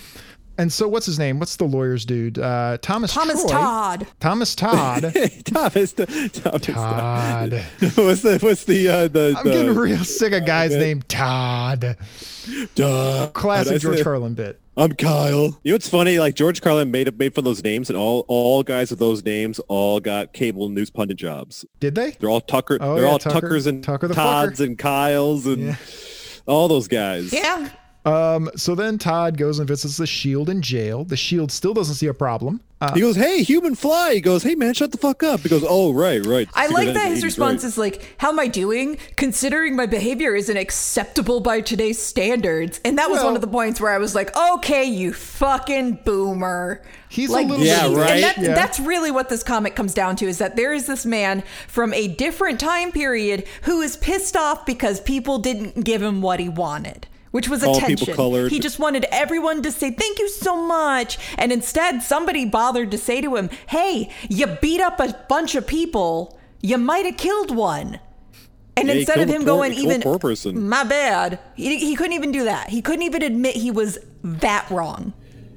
Speaker 4: And so, what's his name? What's the lawyer's dude? Uh, Thomas.
Speaker 5: Thomas
Speaker 4: Troy.
Speaker 5: Todd.
Speaker 4: Thomas Todd.
Speaker 3: Thomas, Thomas,
Speaker 4: Todd.
Speaker 3: what's the what's the uh, the,
Speaker 4: I'm getting
Speaker 3: the
Speaker 4: real sick of guys named Todd.
Speaker 3: Duh. How'd I
Speaker 4: Classic George
Speaker 3: say-
Speaker 4: Carlin bit.
Speaker 3: I'm Kyle. You know what's funny? Like George Carlin made up made fun of those names, and all all guys with those names all got cable news pundit jobs.
Speaker 4: Did they?
Speaker 3: They're all Tucker.
Speaker 4: Oh,
Speaker 3: they're
Speaker 4: yeah,
Speaker 3: all
Speaker 4: Tucker-
Speaker 3: Tuckers and
Speaker 4: Tucker the
Speaker 3: Todds
Speaker 4: fucker.
Speaker 3: and Kyles and all those guys.
Speaker 5: Yeah.
Speaker 4: Um, so then Todd goes and visits the Shield E in jail. The Shield E still doesn't see a problem. Uh,
Speaker 3: He goes, "Hey, human fly." He goes, "Hey, man, shut the fuck up." He goes, "Oh, right, right."
Speaker 5: I
Speaker 3: Secret
Speaker 5: like that
Speaker 3: Identity,
Speaker 5: his
Speaker 3: right."
Speaker 5: response is like, How am I doing? Considering my behavior isn't acceptable by today's standards. And that was
Speaker 4: Well-
Speaker 5: one of the points where I was like, Okay, you fucking boomer.
Speaker 4: He's a
Speaker 5: like,
Speaker 4: little
Speaker 3: Yeah,
Speaker 5: geez.
Speaker 3: right?
Speaker 5: And that's,
Speaker 4: Yeah.
Speaker 5: that's really what this comic comes down to is that there is this man from a different time period who is pissed off because people didn't give him what he wanted. Which was
Speaker 3: All people
Speaker 5: attention.
Speaker 3: colored.
Speaker 5: He just wanted everyone to say thank you so much, and instead somebody bothered to say to him, "Hey, you beat up a bunch of people. You might have killed one." And
Speaker 3: Yeah, he
Speaker 5: instead of
Speaker 3: killed
Speaker 5: him
Speaker 3: a poor-
Speaker 5: going
Speaker 3: he killed
Speaker 5: even
Speaker 3: a poor person.
Speaker 5: my bad, he, he couldn't even do that. He couldn't even admit he was that wrong.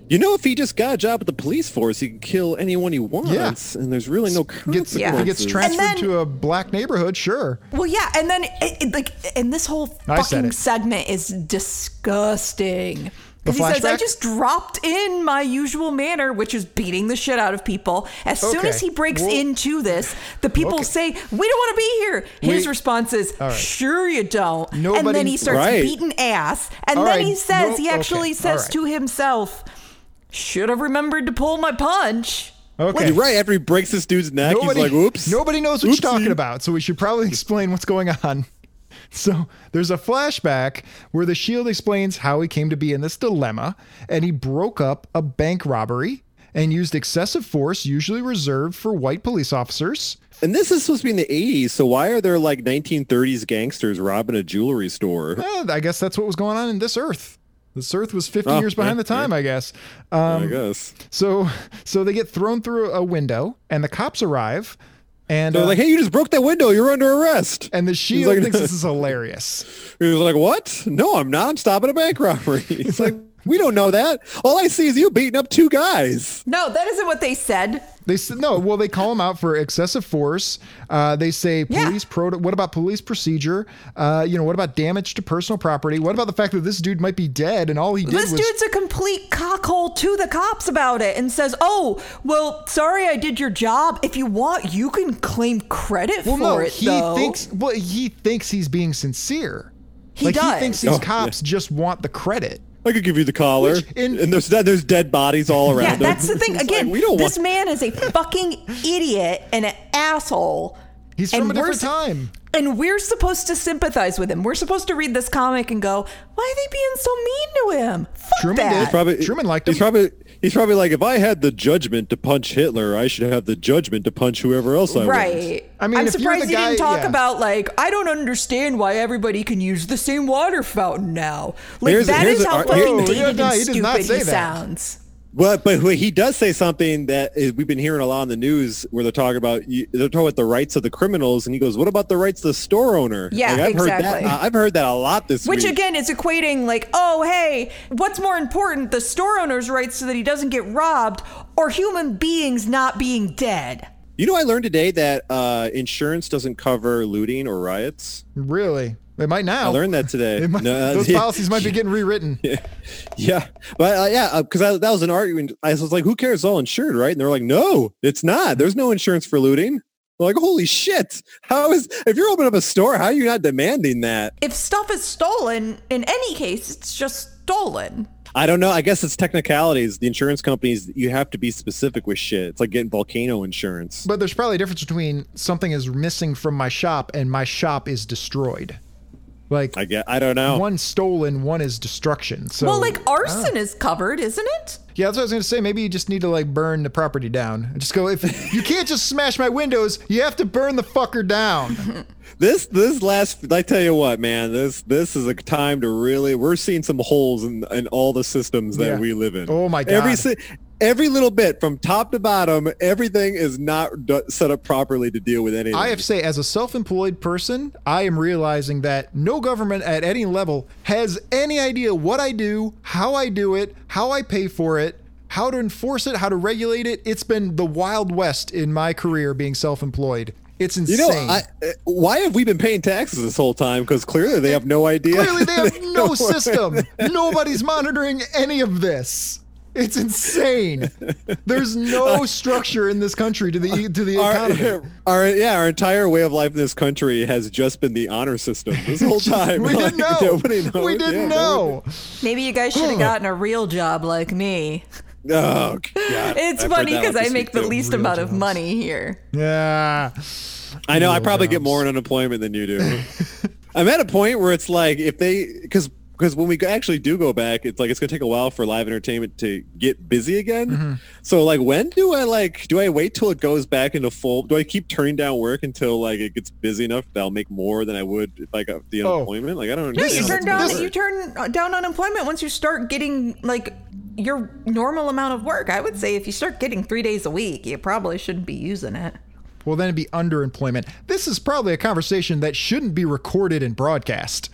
Speaker 3: You know, if he just got a job at the police force, he can kill anyone he wants, and there's really no
Speaker 4: Gets,
Speaker 3: consequences.
Speaker 5: Yeah.
Speaker 4: He gets transferred
Speaker 5: then-
Speaker 4: to a black neighborhood, sure.
Speaker 5: Well, yeah, and then it, it, like, and this whole
Speaker 4: I said
Speaker 5: fucking
Speaker 4: it.
Speaker 5: segment is disgusting.
Speaker 4: The
Speaker 5: Because he says, I
Speaker 4: flashback?
Speaker 5: just dropped in my usual manner, which is beating the shit out of people. As soon
Speaker 4: Okay.
Speaker 5: as he breaks
Speaker 4: Well-
Speaker 5: into this, the people
Speaker 4: Okay.
Speaker 5: say, We don't want to be here. His
Speaker 4: We-
Speaker 5: response is,
Speaker 4: All right.
Speaker 5: Sure, you don't. and
Speaker 4: Nobody-
Speaker 5: then he starts
Speaker 3: Right.
Speaker 5: beating ass. And
Speaker 4: All
Speaker 5: then
Speaker 4: right.
Speaker 5: he says,
Speaker 4: No-
Speaker 5: He actually
Speaker 4: okay.
Speaker 5: says
Speaker 4: All right.
Speaker 5: to himself, Should have remembered to pull my punch.
Speaker 4: Okay.
Speaker 3: You're right. After he breaks this dude's neck,
Speaker 4: Nobody,
Speaker 3: he's like, "Oops."
Speaker 4: nobody knows what
Speaker 3: Oopsie.
Speaker 4: you're talking about, so we should probably explain what's going on. So there's a flashback where the shield E explains how he came to be in this dilemma, and he broke up a bank robbery and used excessive force, usually reserved for white police officers.
Speaker 3: And this is supposed to be in the 80s, so why are there like 1930s gangsters robbing a jewelry store?
Speaker 4: Eh, I guess that's what was going on in this Earth. This Earth was 50
Speaker 3: Oh,
Speaker 4: years behind
Speaker 3: yeah,
Speaker 4: the time, I guess. Um,
Speaker 3: I guess.
Speaker 4: so, so they get thrown through a window, and the cops arrive, and
Speaker 3: They're
Speaker 4: uh,
Speaker 3: like, "Hey, you just broke that window. You're under arrest."
Speaker 4: and the shield
Speaker 3: like-
Speaker 4: thinks this is hilarious.
Speaker 3: He was like, "What? No, I'm not. I'm stopping a bank robbery." He's like, "We don't know that. All I see is you beating up two guys."
Speaker 5: No, that isn't what they said.
Speaker 4: They said no. Well, they call him out for excessive force. Uh, they say
Speaker 5: Yeah.
Speaker 4: police proto. What about police procedure? Uh, you know, what about damage to personal property? What about the fact that this dude might be dead and all he did
Speaker 5: This
Speaker 4: was
Speaker 5: dude's a complete cockhole to the cops about it and says, "Oh, well, sorry, I did your job. If you want, you can claim credit
Speaker 4: well,
Speaker 5: for
Speaker 4: no,
Speaker 5: it."
Speaker 4: he
Speaker 5: though.
Speaker 4: thinks well, he thinks he's being sincere.
Speaker 5: He
Speaker 4: like
Speaker 5: does.
Speaker 4: he thinks these
Speaker 3: Oh, yeah.
Speaker 4: cops just want the credit.
Speaker 3: I could give you the collar,
Speaker 4: Which in-
Speaker 3: and there's there's dead bodies all around.
Speaker 5: yeah,
Speaker 3: him.
Speaker 5: that's the thing.
Speaker 3: It's like,
Speaker 5: Again,
Speaker 3: we don't
Speaker 5: this
Speaker 3: want.
Speaker 5: man is a fucking idiot and an asshole.
Speaker 4: He's from
Speaker 5: And
Speaker 4: a
Speaker 5: we're
Speaker 4: different
Speaker 5: s-
Speaker 4: time.
Speaker 5: And we're supposed to sympathize with him. We're supposed to read this comic and go, "Why are they being so mean to him?" Fuck
Speaker 4: Truman
Speaker 5: that.
Speaker 4: did.
Speaker 3: Probably
Speaker 4: Truman liked
Speaker 3: He's
Speaker 4: him.
Speaker 3: probably he's probably like, if I had the judgment to punch Hitler, I should have the judgment to punch whoever else I want."
Speaker 5: Right.
Speaker 4: I mean,
Speaker 5: I'm
Speaker 4: if you're
Speaker 5: surprised
Speaker 4: the
Speaker 5: you didn't
Speaker 4: guy-
Speaker 5: talk
Speaker 4: yeah.
Speaker 5: about like I don't understand why everybody can use the same water fountain now. Like
Speaker 3: Here's a-
Speaker 5: that
Speaker 3: here's
Speaker 5: is
Speaker 3: a-
Speaker 5: how
Speaker 3: uh,
Speaker 5: fucking
Speaker 3: whoa,
Speaker 5: dated
Speaker 4: yeah, no,
Speaker 5: and
Speaker 4: he does
Speaker 5: stupid
Speaker 4: not say
Speaker 5: he
Speaker 4: that.
Speaker 5: sounds.
Speaker 3: Well, but wh- he does say something that is, we've been hearing a lot on the news where they're talking about you- they're talking about the rights of the criminals, and he goes, "What about the rights of the store owner?"
Speaker 5: Yeah,
Speaker 3: I've Heard that,
Speaker 5: exactly.
Speaker 3: uh, I've heard that a lot this
Speaker 5: Which
Speaker 3: week.
Speaker 5: again is equating like, oh hey, what's more important, the store owner's rights so that he doesn't get robbed, or human beings not being dead?
Speaker 3: you know, I learned today that uh, insurance doesn't cover looting or riots.
Speaker 4: Really, they might now.
Speaker 3: I learned that today.
Speaker 4: They Oh. might-
Speaker 3: Oh, No, uh,
Speaker 4: those
Speaker 3: yeah.
Speaker 4: policies might be getting rewritten.
Speaker 3: Yeah, but uh, yeah, because I that was an argument. I was like, "Who cares? It's all insured, right?" And they're like, "No, it's not. There's no insurance for looting." They're like, "Holy shit! How is if you're opening up a store? How are you not demanding that?"
Speaker 5: If stuff is stolen, in any case, it's just stolen.
Speaker 3: I don't know. I guess it's technicalities. The insurance companies, you have to be specific with shit. It's like getting volcano insurance.
Speaker 4: But there's probably a difference between something is missing from my shop and my shop is destroyed. Like
Speaker 3: I get. I don't know.
Speaker 4: one stolen, one is destruction. So
Speaker 5: well, like arson is covered, isn't it?
Speaker 4: yeah, that's what I was gonna say. Maybe you just need to like burn the property down. Just go if you can't just smash my windows, you have to burn the fucker down.
Speaker 3: This this last. I tell you what, man. This this is a time to really. We're seeing some holes in in all the systems that
Speaker 4: Yeah.
Speaker 3: we live in.
Speaker 4: Oh my
Speaker 3: Every
Speaker 4: God.
Speaker 3: si- every little bit from top to bottom, everything is not d- set up properly to deal with anything.
Speaker 4: I have to say, as a self-employed person, I am realizing that no government at any level has any idea what I do, how I do it, how I pay for it, how to enforce it, how to regulate it. It's been the wild west in my career being self-employed. It's
Speaker 3: You
Speaker 4: insane.
Speaker 3: know, I, uh, why have we been paying taxes this whole time? Because clearly they have no idea.
Speaker 4: Clearly, they have no
Speaker 3: don't-
Speaker 4: system. Nobody's monitoring any of this. It's insane. There's no
Speaker 3: Uh,
Speaker 4: structure in this country to the e, to the
Speaker 3: our,
Speaker 4: economy.
Speaker 3: our yeah, our entire way of life in this country has just been the honor system this whole time.
Speaker 4: We didn't
Speaker 3: Like,
Speaker 4: know.
Speaker 3: nobody
Speaker 4: We
Speaker 3: knows. Yeah, nobody-
Speaker 4: didn't know.
Speaker 5: Maybe you guys should have gotten a real job like me.
Speaker 3: Oh God!
Speaker 5: It's
Speaker 3: I've heard
Speaker 5: funny
Speaker 3: that one
Speaker 5: because I
Speaker 3: this
Speaker 5: make
Speaker 3: week,
Speaker 5: the
Speaker 3: too.
Speaker 5: least amount of money here.
Speaker 4: Yeah.
Speaker 3: I know. I
Speaker 4: Real
Speaker 3: probably get
Speaker 4: jobs.
Speaker 3: more in unemployment than you do. I'm at a point where it's like if they because because when we actually do go back, it's like it's gonna take a while for live entertainment to get busy again. So like, when do I like? Do I wait till it goes back into full? Do I keep turning down work until like it gets busy enough that I'll make more than I would if I got the
Speaker 4: Oh.
Speaker 3: unemployment? Like I don't.
Speaker 5: No,
Speaker 3: understand
Speaker 5: you
Speaker 3: how that's
Speaker 5: turn down
Speaker 3: gonna work.
Speaker 5: you turn down unemployment once you start getting like your normal amount of work. I would say if you start getting three days a week, you probably shouldn't be using it.
Speaker 4: well, then it'd be underemployment. This is probably a conversation that shouldn't be recorded and broadcast.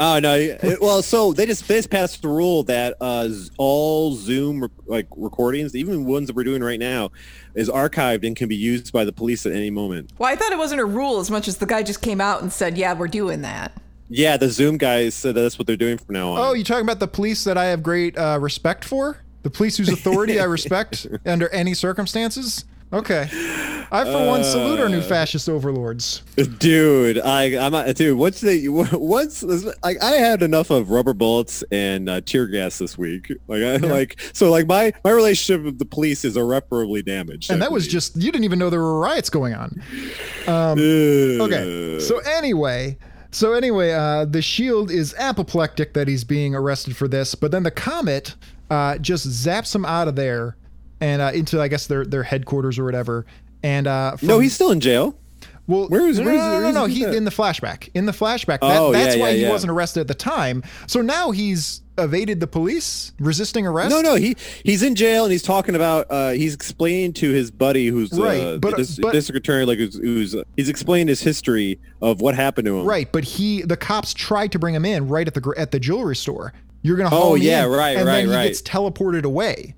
Speaker 3: Oh no! it- well, so they just they just passed the rule that uh, z- all Zoom re- like recordings, even ones that we're doing right now, is archived and can be used by the police at any moment.
Speaker 5: Well, I thought it wasn't a rule as much as the guy just came out and said, "Yeah, we're doing that."
Speaker 3: Yeah, the Zoom guys said that that's what they're doing from now on.
Speaker 4: Oh, you're talking about the police that I have great uh, respect for? The police whose authority I respect under any circumstances? Okay. I, for one, salute our new fascist overlords.
Speaker 3: dude, I I'm not, dude. What's the what's like? I had enough of rubber bullets and uh, tear gas this week. Like I, like so like my my relationship with the police is irreparably damaged.
Speaker 4: And
Speaker 3: I
Speaker 4: that was
Speaker 3: believe.
Speaker 4: just, you didn't even know there were riots going on. Um, Okay. So anyway, so anyway, uh, the shield is apoplectic that he's being arrested for this, but then the comet uh, just zaps him out of there and uh, into, I guess, their their headquarters or whatever. And uh, from-
Speaker 3: no, Oh, he's still in jail.
Speaker 4: well,
Speaker 3: where is-
Speaker 4: no,
Speaker 3: where is-
Speaker 4: no, no,
Speaker 3: where is
Speaker 4: no,
Speaker 3: he
Speaker 4: he
Speaker 3: at?
Speaker 4: in the flashback. In the flashback, that,
Speaker 3: Oh,
Speaker 4: that's
Speaker 3: yeah,
Speaker 4: why
Speaker 3: yeah,
Speaker 4: he
Speaker 3: yeah.
Speaker 4: wasn't arrested at the time. So now he's evaded the police, resisting arrest.
Speaker 3: No, no, he he's in jail and he's talking about uh, he's explaining to his buddy who's
Speaker 4: Right,
Speaker 3: uh,
Speaker 4: but-
Speaker 3: the dis-
Speaker 4: but-
Speaker 3: district attorney, like who's, who's uh, he's explained his history of what happened to him.
Speaker 4: Right, but he the cops tried to bring him in right at the gr- at the jewelry store. You're gonna haul
Speaker 3: Oh,
Speaker 4: him
Speaker 3: yeah,
Speaker 4: in,
Speaker 3: right,
Speaker 4: and
Speaker 3: right,
Speaker 4: then he
Speaker 3: right.
Speaker 4: gets teleported away,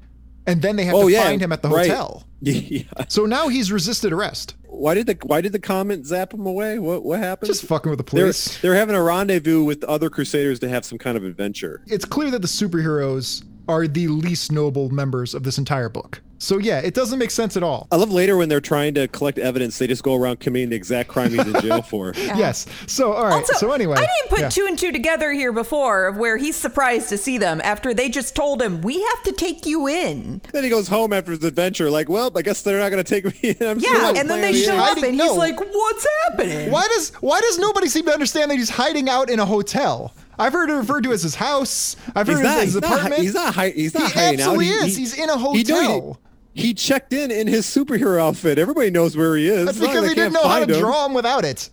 Speaker 4: and then they have
Speaker 3: Oh
Speaker 4: to
Speaker 3: yeah,
Speaker 4: find him at the
Speaker 3: right.
Speaker 4: hotel.
Speaker 3: Yeah.
Speaker 4: So now he's resisted arrest,
Speaker 3: Why did the Why did the comment zap him away? What What happened?
Speaker 4: just fucking with the
Speaker 3: they're
Speaker 4: police.
Speaker 3: they're having a rendezvous with the other crusaders to have some kind of adventure.
Speaker 4: It's clear that the superheroes are the least noble members of this entire book. So yeah, it doesn't make sense at all.
Speaker 3: I love later when they're trying to collect evidence, they just go around committing the exact crime he's in jail for.
Speaker 4: Yes. So all right.
Speaker 5: Also,
Speaker 4: so anyway,
Speaker 5: I didn't put
Speaker 4: yeah.
Speaker 5: two and two together here before of where he's surprised to see them after they just told him, "We have to take you in."
Speaker 3: Then he goes home after his adventure, like, well, I guess they're not going to take me. in. I'm
Speaker 5: Yeah,
Speaker 3: still
Speaker 5: and then
Speaker 3: playing
Speaker 5: they
Speaker 3: here."
Speaker 5: show up
Speaker 4: hiding-
Speaker 5: and
Speaker 4: no.
Speaker 5: he's like, "What's happening?"
Speaker 4: Why does why does nobody seem to understand that he's hiding out in a hotel? I've heard it referred to as his house. I've heard
Speaker 3: He's
Speaker 4: it as
Speaker 3: not.
Speaker 4: his
Speaker 3: He's not,
Speaker 4: apartment.
Speaker 3: hi- he's not. hi- He's not
Speaker 4: He
Speaker 3: hiding out.
Speaker 4: absolutely is. He's in a
Speaker 3: he know he-
Speaker 4: hotel.
Speaker 3: He, checked in in his superhero outfit. Everybody knows where he is.
Speaker 4: That's
Speaker 3: It's not like
Speaker 4: because they
Speaker 3: they
Speaker 4: didn't know
Speaker 3: can't
Speaker 4: how to
Speaker 3: find him.
Speaker 4: draw him without it.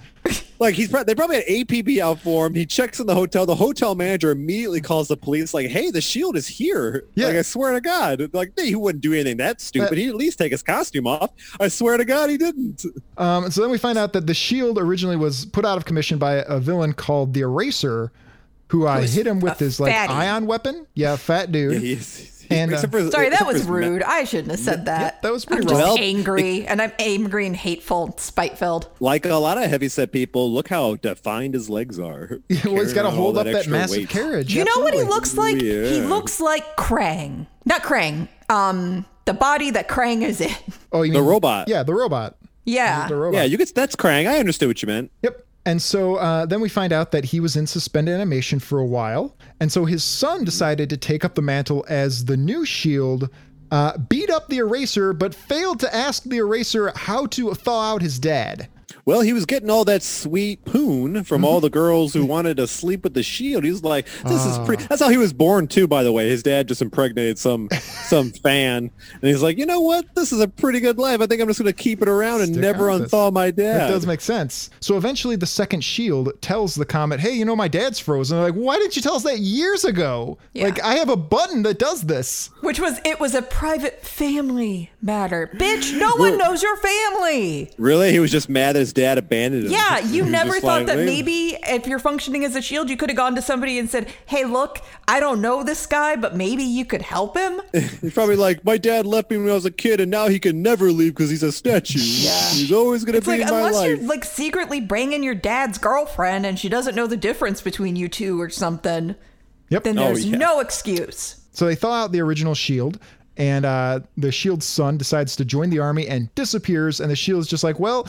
Speaker 3: Like he's pro- they probably had APB out for him. He checks in the hotel. The hotel manager immediately calls the police. Like, hey, the shield is here.
Speaker 4: Yeah.
Speaker 3: Like I swear to God. Like he wouldn't do anything that stupid.
Speaker 4: Uh,
Speaker 3: He'd at least take his costume off. I swear to God, he didn't.
Speaker 4: Um, and so then we find out that the shield originally was put out of commission by a villain called the Eraser, who uh, hit him with his like
Speaker 5: fatty.
Speaker 4: ion weapon. Yeah, fat dude.
Speaker 3: He's- he's-
Speaker 4: And, uh,
Speaker 3: except for his-
Speaker 5: Sorry, that
Speaker 3: except for
Speaker 5: was
Speaker 3: his ma-
Speaker 5: rude. I shouldn't have said that.
Speaker 4: that was pretty
Speaker 5: I'm just
Speaker 3: wrong. Well,
Speaker 5: angry, and I'm angry and hateful, and spite-filled.
Speaker 3: Like a lot of heavyset people, look how defined his legs are.
Speaker 4: well, he's got to
Speaker 3: Carrying all
Speaker 4: hold up that,
Speaker 3: extra
Speaker 4: massive
Speaker 3: weight.
Speaker 4: carriage.
Speaker 5: You know what he
Speaker 4: absolutely.
Speaker 5: looks like? He
Speaker 3: Yeah.
Speaker 5: looks like Krang. Not Krang. Um, the body that Krang is in.
Speaker 4: Oh, you
Speaker 3: The
Speaker 4: mean,
Speaker 3: robot.
Speaker 4: Yeah, the robot.
Speaker 5: Yeah.
Speaker 4: The robot.
Speaker 3: Yeah, you could. That's Krang. I understood what you meant.
Speaker 4: Yep. And so uh, then we find out that he was in suspended animation for a while. And so his son decided to take up the mantle as the new shield, uh, beat up the eraser, but failed to ask the eraser how to thaw out his dad.
Speaker 3: Well, he was getting all that sweet poon from all the girls
Speaker 4: Mm-hmm.
Speaker 3: who wanted to sleep with the shield. He was like, "This is pretty."
Speaker 4: Ah.
Speaker 3: That's how he was born too. By the way, his dad just impregnated some some fan, and he's like, "You know what? This is a pretty good life. I think I'm just going to keep it around and
Speaker 4: Stick
Speaker 3: never
Speaker 4: on this.
Speaker 3: unthaw my dad."
Speaker 4: That does make sense. So eventually the second shield tells the comet, hey, you know, my dad's frozen. They're like, why didn't you tell us that years ago?
Speaker 5: Yeah.
Speaker 4: Like, I have a button that does this.
Speaker 5: Which was it was a private family matter. Bitch, no one knows your family.
Speaker 3: really, he was just mad that his dad abandoned him.
Speaker 5: Yeah,
Speaker 3: He
Speaker 5: you
Speaker 3: was
Speaker 5: never
Speaker 3: just
Speaker 5: thought
Speaker 3: like,
Speaker 5: that
Speaker 3: "Man."
Speaker 5: maybe if you're functioning as a shield, you could have gone to somebody and said, "Hey, look, I don't know this guy, but maybe you could help him."
Speaker 3: He's probably like, "My dad left me when I was a kid, and now he can never leave because he's a statue. He's always going to
Speaker 5: It's
Speaker 3: be
Speaker 5: like
Speaker 3: in my
Speaker 5: unless
Speaker 3: life."
Speaker 5: you're like secretly banging your dad's girlfriend and she doesn't know the difference between you two or something,
Speaker 4: Yep.
Speaker 5: then there's
Speaker 3: yeah.
Speaker 5: no excuse.
Speaker 4: So they thaw out the original shield, and uh, the shield's son decides to join the army and disappears. And the shield's just like, well,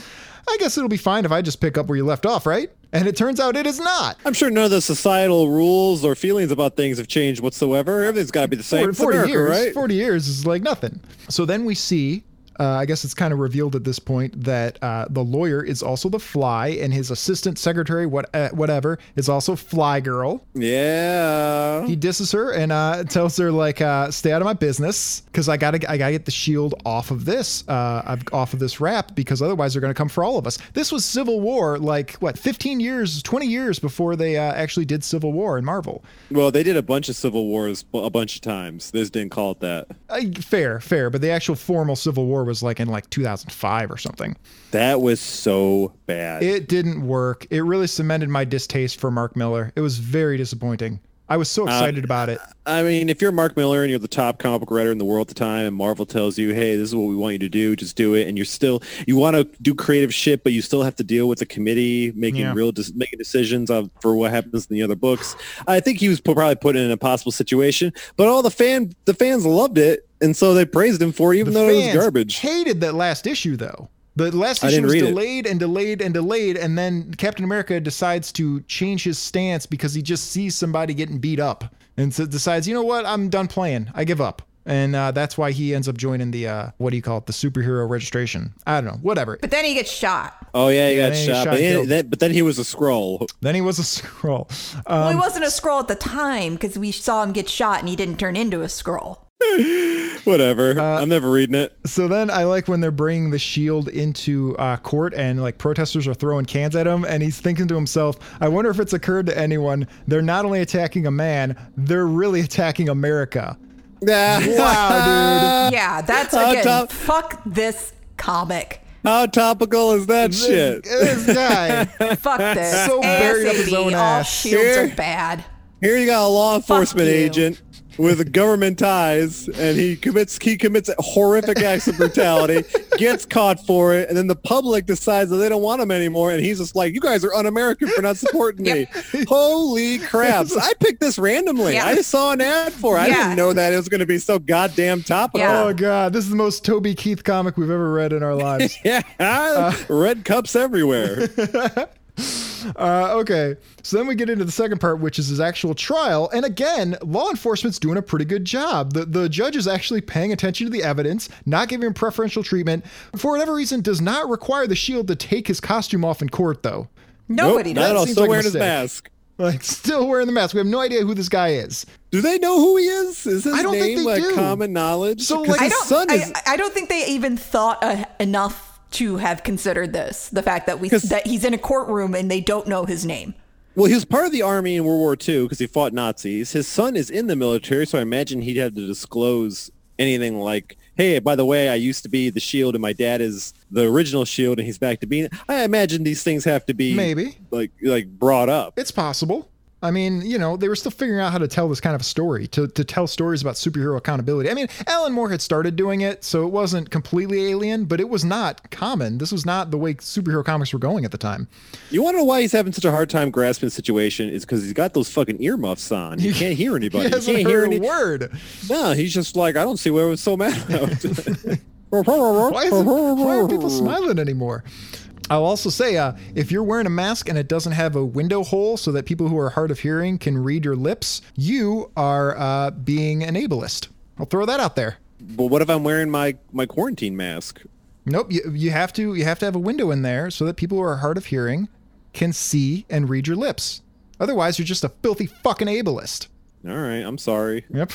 Speaker 4: I guess it'll be fine if I just pick up where you left off, right? And it turns out it is not.
Speaker 3: I'm sure none of the societal rules or feelings about things have changed whatsoever. Everything's got to be the same.
Speaker 4: For-
Speaker 3: It's
Speaker 4: 40
Speaker 3: America,
Speaker 4: years,
Speaker 3: right?
Speaker 4: 40 years is like nothing. So then we see. Uh, I guess it's kind of revealed at this point that uh, the lawyer is also the Fly, and his assistant secretary, what uh, whatever, is also Fly Girl.
Speaker 3: Yeah.
Speaker 4: He disses her and uh, tells her like, uh, "Stay out of my business, because I gotta, I gotta get the shield off of this, uh, I've- off of this wrap, because otherwise they're gonna come for all of us." This was Civil War, like what, 15 years, 20 years before they uh, actually did Civil War in Marvel.
Speaker 3: Well, they did a bunch of civil wars bu- a bunch of times. They just didn't call it that.
Speaker 4: Uh, fair, fair, but the actual formal Civil War was like in like 2005 or something.
Speaker 3: That was so bad.
Speaker 4: It didn't work. It really cemented my distaste for Mark Miller. It was very disappointing. I was so excited about it.
Speaker 3: I mean, if you're Mark Miller and you're the top comic book writer in the world at the time, and Marvel tells you, "Hey, this is what we want you to do. Just do it," and you're still you want to do creative shit, but you still have to deal with the committee making
Speaker 4: Yeah.
Speaker 3: real de- making decisions on, for what happens in the other books. I think he was po- probably put in an impossible situation, but all the fan the fans loved it, and so they praised him for it, even
Speaker 4: The
Speaker 3: though it
Speaker 4: fans
Speaker 3: was garbage.
Speaker 4: Hated that last issue though. The last
Speaker 3: I
Speaker 4: issue
Speaker 3: didn't
Speaker 4: was
Speaker 3: read it.
Speaker 4: delayed and delayed and delayed, and then Captain America decides to change his stance because he just sees somebody getting beat up, and so decides, you know what, I'm done playing. I give up, and uh, that's why he ends up joining the uh, what do you call it, the superhero registration. I don't know, whatever.
Speaker 5: But then he gets shot.
Speaker 3: Oh yeah, he got
Speaker 4: then he
Speaker 3: shot,
Speaker 4: shot
Speaker 3: but,
Speaker 4: Gil-
Speaker 3: then, then- but then he was a scroll.
Speaker 4: Then he was a scroll. Uh,
Speaker 5: well, he wasn't a scroll at the time because we saw him get shot and he didn't turn into a scroll.
Speaker 3: Whatever.
Speaker 4: Uh,
Speaker 3: I'm never reading it.
Speaker 4: so then I like when they're bringing the shield into uh, court and like protesters are throwing cans at him, and he's thinking to himself, I wonder if it's occurred to anyone. They're not only attacking a man, they're really attacking America. Wow, dude.
Speaker 5: yeah, that's
Speaker 4: uh,
Speaker 3: on
Speaker 5: again.
Speaker 3: top-
Speaker 5: Fuck this comic.
Speaker 3: How topical is that shit?
Speaker 4: This guy.
Speaker 5: Fuck this.
Speaker 4: So buried up his
Speaker 5: ASAP,
Speaker 4: own
Speaker 5: all
Speaker 4: ass.
Speaker 5: shields
Speaker 3: Here.
Speaker 5: are bad.
Speaker 3: Here you got a law enforcement
Speaker 5: you.
Speaker 3: agent with government ties, and he commits he commits horrific acts of brutality, gets caught for it, and then the public decides that they don't want him anymore, and he's just like, "You guys are un-American for not supporting
Speaker 5: Yep.
Speaker 3: me." Holy craps! I picked this randomly.
Speaker 5: Yeah.
Speaker 3: I just saw an ad for. it. I
Speaker 5: Yeah.
Speaker 3: didn't know that it was going to be so goddamn topical.
Speaker 5: Yeah.
Speaker 4: Oh, God. This is the most Toby Keith comic we've ever read in our lives.
Speaker 3: Yeah, red cups everywhere.
Speaker 4: Uh, okay. So then we get into the second part, which is his actual trial. And again, law enforcement's doing a pretty good job. The, the judge is actually paying attention to the evidence, not giving him preferential treatment. For whatever reason, does not require the shield to take his costume off in court, though.
Speaker 5: Nobody
Speaker 3: nope, not at all.
Speaker 5: does.
Speaker 4: seems
Speaker 3: Still
Speaker 4: like a
Speaker 3: wearing his
Speaker 4: mistake.
Speaker 3: mask.
Speaker 4: Like, still wearing the mask. We have no idea who this guy is.
Speaker 3: Do they know who he is? Is his
Speaker 4: I don't think
Speaker 3: name
Speaker 4: they
Speaker 3: like
Speaker 4: do.
Speaker 3: common knowledge?
Speaker 4: So,
Speaker 3: 'Cause
Speaker 4: like-
Speaker 5: I
Speaker 3: his
Speaker 5: don't.
Speaker 3: son
Speaker 5: I,
Speaker 3: is
Speaker 5: I don't think they even thought uh, enough to have considered this. The fact that we
Speaker 3: 'Cause-
Speaker 5: that he's in a courtroom and they don't know his name.
Speaker 3: Well, he was part of the army in World War II because he fought Nazis. His son is in the military, so I imagine he'd have to disclose anything like, "Hey, by the way, I used to be the Shield, and my dad is the original Shield, and he's back to being." I imagine these things have to be
Speaker 4: Maybe.
Speaker 3: like like brought up.
Speaker 4: It's possible. I mean, you know, they were still figuring out how to tell this kind of a story, to, to tell stories about superhero accountability. I mean, Alan Moore had started doing it, so it wasn't completely alien, but it was not common. This was not the way superhero comics were going at the time.
Speaker 3: You want to know why he's having such a hard time grasping the situation? Is because he's got those fucking earmuffs on. He can't hear
Speaker 4: He
Speaker 3: anybody. He,
Speaker 4: hasn't
Speaker 3: can't hear
Speaker 4: heard
Speaker 3: any.
Speaker 4: a word.
Speaker 3: No, he's just like, I don't see what it was so mad about.
Speaker 4: Why, is it, why are
Speaker 3: Oh.
Speaker 4: people smiling anymore? I'll also say, uh, if you're wearing a mask and it doesn't have a window hole so that people who are hard of hearing can read your lips, you are uh, being an ableist. I'll throw that out there.
Speaker 3: But what if I'm wearing my my quarantine mask?
Speaker 4: Nope, you, you have to you have to have a window in there so that people who are hard of hearing can see and read your lips. Otherwise, you're just a filthy fucking ableist.
Speaker 3: All right, I'm sorry.
Speaker 4: Yep.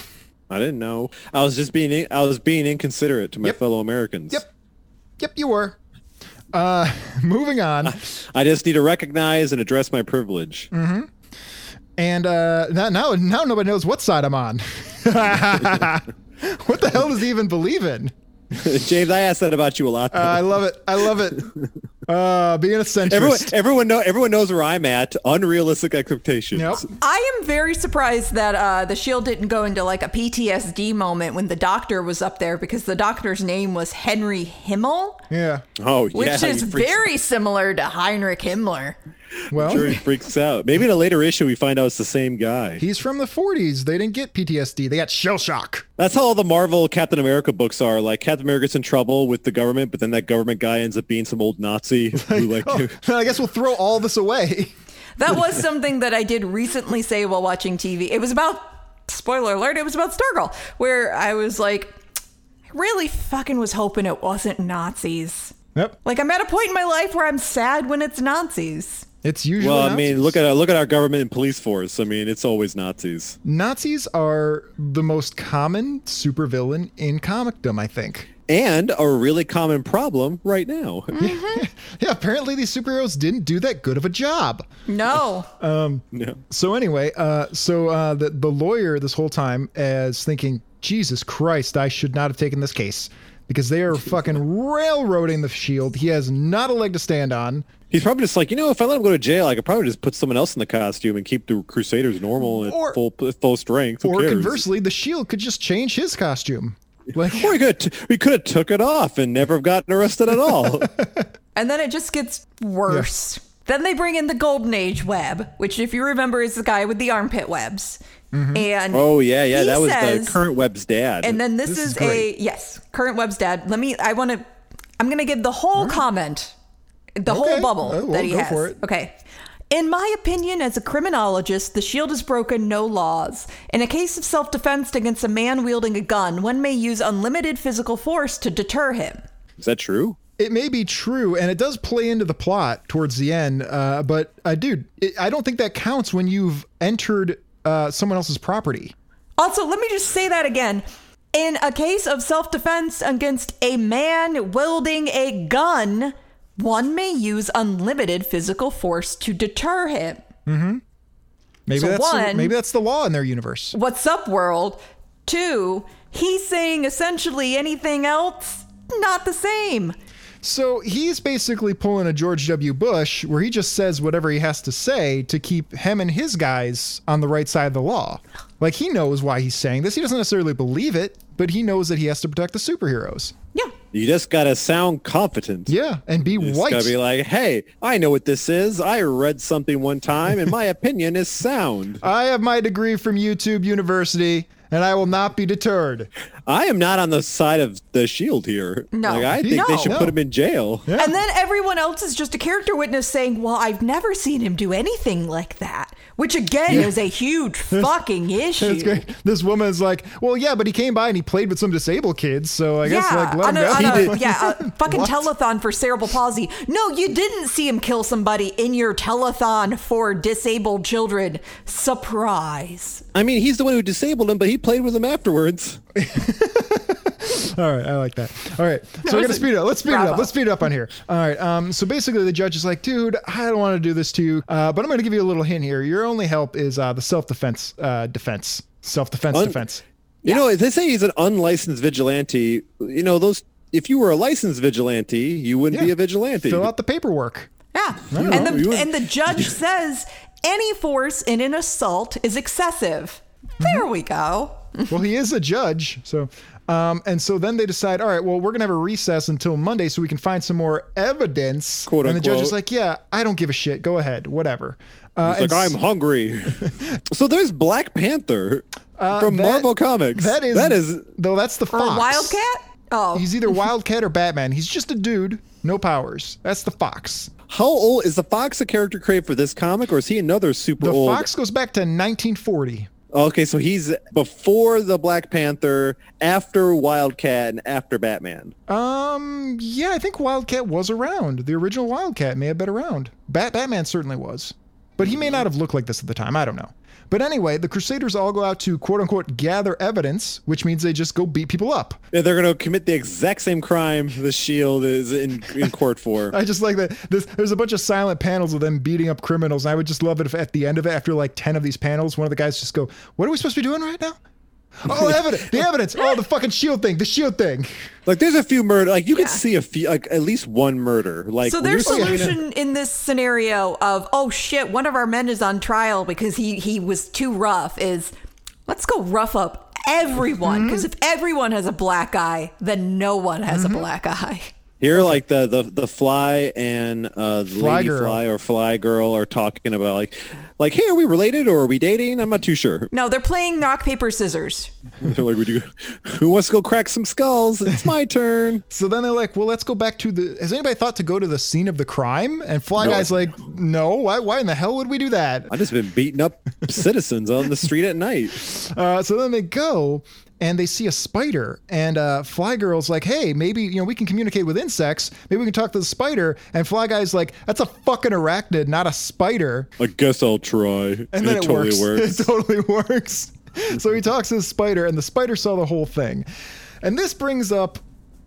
Speaker 3: I didn't know. I was just being I was being inconsiderate to my
Speaker 4: Yep.
Speaker 3: fellow Americans.
Speaker 4: Yep. Yep, you were. Uh, moving on.
Speaker 3: I just need to recognize and address my privilege.
Speaker 4: Mm. And uh, now, now, now nobody knows what side I'm on. what the hell does he even believe in? Uh,
Speaker 3: James, I asked that about you a lot.
Speaker 4: I love it. I love it. Uh, being a centrist.
Speaker 3: everyone, everyone know everyone knows where I'm at. Unrealistic expectations.
Speaker 4: Yep.
Speaker 5: I am very surprised that uh, the shield didn't go into like a PTSD moment when the doctor was up there because the doctor's name was Henry Himmel,
Speaker 4: Yeah.
Speaker 3: Oh
Speaker 5: which
Speaker 3: yeah,
Speaker 5: is
Speaker 3: he freaks,
Speaker 5: very similar to Heinrich Himmler.
Speaker 4: Well,
Speaker 3: sure he freaks out. Maybe in a later issue we find out it's the same guy.
Speaker 4: he's from the 40s. They didn't get PTSD. They got shell shock.
Speaker 3: That's how all the Marvel Captain America books are. Like Captain America's in trouble with the government, but then that government guy ends up being some old Nazi who like
Speaker 4: Oh, I guess we'll throw all this away.
Speaker 5: That was something that I did recently say while watching TV. It was about spoiler alert, it was about Stargirl, where I was like, I really fucking was hoping it wasn't Nazis.
Speaker 4: Yep.
Speaker 5: Like I'm at a point in my life where I'm sad when it's Nazis.
Speaker 4: It's usually
Speaker 3: Well, I
Speaker 4: Nazis.
Speaker 3: mean, look at look at our government and police force. I mean, it's always Nazis.
Speaker 4: Nazis are the most common supervillain in comicdom, I think.
Speaker 3: and a really common problem right now.
Speaker 5: Hmm.
Speaker 4: Yeah, apparently these superheroes didn't do that good of a job.
Speaker 5: No.
Speaker 3: No.
Speaker 4: So anyway, uh, so uh, the the lawyer this whole time is thinking, Jesus Christ, I should not have taken this case. because they are fucking railroading the shield. He has not a leg to stand on.
Speaker 3: He's probably just like, you know, if I let him go to jail, I could probably just put someone else in the costume and keep the Crusaders normal at
Speaker 4: Or-
Speaker 3: full full strength. Who
Speaker 4: Or
Speaker 3: cares?
Speaker 4: conversely, the shield could just change his costume. Like
Speaker 3: Or we could we could have took it off and never have gotten arrested at all.
Speaker 5: And then it just gets worse. Then they bring in the Golden Age web, which, if you remember, is the guy with the armpit webs.
Speaker 4: Mm-hmm.
Speaker 5: And
Speaker 3: oh yeah, yeah,
Speaker 5: he
Speaker 3: that was
Speaker 5: says-
Speaker 3: the current web's dad.
Speaker 5: And then this,
Speaker 4: This
Speaker 5: is,
Speaker 4: is
Speaker 5: a
Speaker 4: great.
Speaker 5: yes, current web's dad. Let me. I want to. I'm going to give the whole comment, the
Speaker 4: Okay.
Speaker 5: whole bubble
Speaker 4: Oh, well,
Speaker 5: that he
Speaker 4: go
Speaker 5: has.
Speaker 4: for it.
Speaker 5: Okay. In my opinion, as a criminologist, the shield has broken no laws. In a case of self defense against a man wielding a gun, one may use unlimited physical force to deter him.
Speaker 3: is that true?
Speaker 4: it may be true, and it does play into the plot towards the end. Uh, but uh, dude, it, I don't think that counts when you've entered uh, someone else's property.
Speaker 5: Also, let me just say that again. In a case of self defense against a man wielding a gun, one may use unlimited physical force to deter him.
Speaker 4: Maybe
Speaker 5: So
Speaker 4: that's the,
Speaker 5: one-
Speaker 4: maybe that's the law in their universe.
Speaker 5: What's up, world? Two, he's saying essentially anything else, not the same.
Speaker 4: So he's basically pulling a George W. Bush, where he just says whatever he has to say to keep him and his guys on the right side of the law. Like he knows why he's saying this. He doesn't necessarily believe it, but he knows that he has to protect the superheroes.
Speaker 5: Yeah.
Speaker 3: You just gotta sound confident.
Speaker 4: Yeah, and be
Speaker 3: It's
Speaker 4: white.
Speaker 3: gotta be like, hey, I know what this is. I read something one time, and my opinion is sound.
Speaker 4: I have my degree from YouTube University, and I will not be deterred.
Speaker 3: I am not on the side of the shield here.
Speaker 5: No.
Speaker 3: like, I think they
Speaker 5: No.
Speaker 3: should
Speaker 4: No.
Speaker 3: put him in jail.
Speaker 5: And then everyone else is just a character witness saying, Well, I've never seen him do anything like that, which again is a huge fucking issue.
Speaker 4: That's great. This woman's like, well, yeah, but he came by and he played with some disabled kids, so I guess like let
Speaker 5: on
Speaker 4: him
Speaker 5: a,
Speaker 4: go.
Speaker 5: on a, yeah, a fucking telethon for cerebral palsy. No, you didn't see him kill somebody in your telethon for disabled children. Surprise.
Speaker 3: I mean, he's the one who disabled him, but he played with him afterwards.
Speaker 4: All right, I like that. All right, so we're gonna speed it up. Let's speed it
Speaker 5: bravo.
Speaker 4: up. Let's speed it up on here. All right. Um. So basically, the judge is like, dude, I don't want to do this to you, uh, but I'm gonna give you a little hint here. Your only help is uh, the self defense uh, defense. Self defense
Speaker 3: Un-
Speaker 4: defense.
Speaker 3: You know, they say he's an unlicensed vigilante. You know, those if you were a licensed vigilante, you wouldn't be
Speaker 4: Yeah.
Speaker 3: a vigilante.
Speaker 4: Fill out the paperwork.
Speaker 5: Yeah.
Speaker 3: don't
Speaker 5: And
Speaker 3: know, you
Speaker 5: the,
Speaker 3: would-
Speaker 5: and the judge says any force in an assault is excessive. There we go.
Speaker 4: well, he is a judge, so. Um, and so then they decide, all right, well, we're gonna have a recess until Monday so we can find some more evidence.
Speaker 3: Quote,
Speaker 4: and the judge
Speaker 3: unquote.
Speaker 4: is like, yeah, I don't give a shit. Go ahead, whatever. Uh,
Speaker 3: It's
Speaker 4: and
Speaker 3: like I'm hungry. so there's Black Panther from
Speaker 4: Uh, that-
Speaker 3: Marvel Comics.
Speaker 4: That is
Speaker 3: that is
Speaker 4: though. That's the
Speaker 5: Or
Speaker 4: fox.
Speaker 5: a wildcat? Oh.
Speaker 4: He's either Wildcat or Batman. He's just a dude, no powers. That's the fox.
Speaker 3: how old is the Fox a character created for this comic, or is he another super
Speaker 4: The
Speaker 3: old?
Speaker 4: fox goes back to 1940.
Speaker 3: Okay, so he's before the Black Panther, after Wildcat, and after Batman.
Speaker 4: Um, yeah, I think Wildcat was around. The original Wildcat may have been around. Bat- Batman certainly was, but he may not have looked like this at the time. I don't know. But anyway, the Crusaders all go out to quote unquote gather evidence, which means they just go beat people up.
Speaker 3: Yeah, They're going to commit the exact same crime the Shield E is in, in court for.
Speaker 4: I just like that. This, there's a bunch of silent panels of them beating up criminals, and I would just love it if at the end of it, after like ten of these panels, one of the guys just go, "What are we supposed to be doing right now?" Oh, evidence! The evidence! Oh, the fucking shield thing! The shield thing!
Speaker 3: Like, there's a few murder. Like, you can see a few, like at least one murder. Like,
Speaker 5: So
Speaker 3: when
Speaker 5: their
Speaker 3: you're seeing-
Speaker 5: solution in this scenario of oh shit, one of our men is on trial because he he was too rough is let's go rough up
Speaker 3: Mm-hmm.
Speaker 5: everyone because if everyone has a black eye, then no one has
Speaker 3: Mm-hmm.
Speaker 5: a black eye.
Speaker 3: Here, like the the the fly and uh, the
Speaker 4: Fly
Speaker 3: lady
Speaker 4: girl.
Speaker 3: fly or fly girl are talking about like, like, hey, are we related or are we dating? I'm not too sure.
Speaker 5: No, they're playing rock paper scissors.
Speaker 3: They're like, we do. Who wants to go crack some skulls? It's my turn.
Speaker 4: So then they're like, "Well, let's go back to the." Has anybody thought to go to the scene of the crime? And Fly Guy's like, "No, why? Why in the hell would we do that?"
Speaker 3: I've just been beating up citizens on the street at night.
Speaker 4: Uh, so then they go and they see a spider, and uh, Fly Girl's like, "Hey, maybe you know we can communicate with insects. Maybe we can talk to the spider." And Fly Guy's like, "That's a fucking arachnid, not a spider."
Speaker 3: I guess I'll try.
Speaker 4: And then it, works. It totally works. so he talks to the spider, and the spider saw the whole thing. And this brings up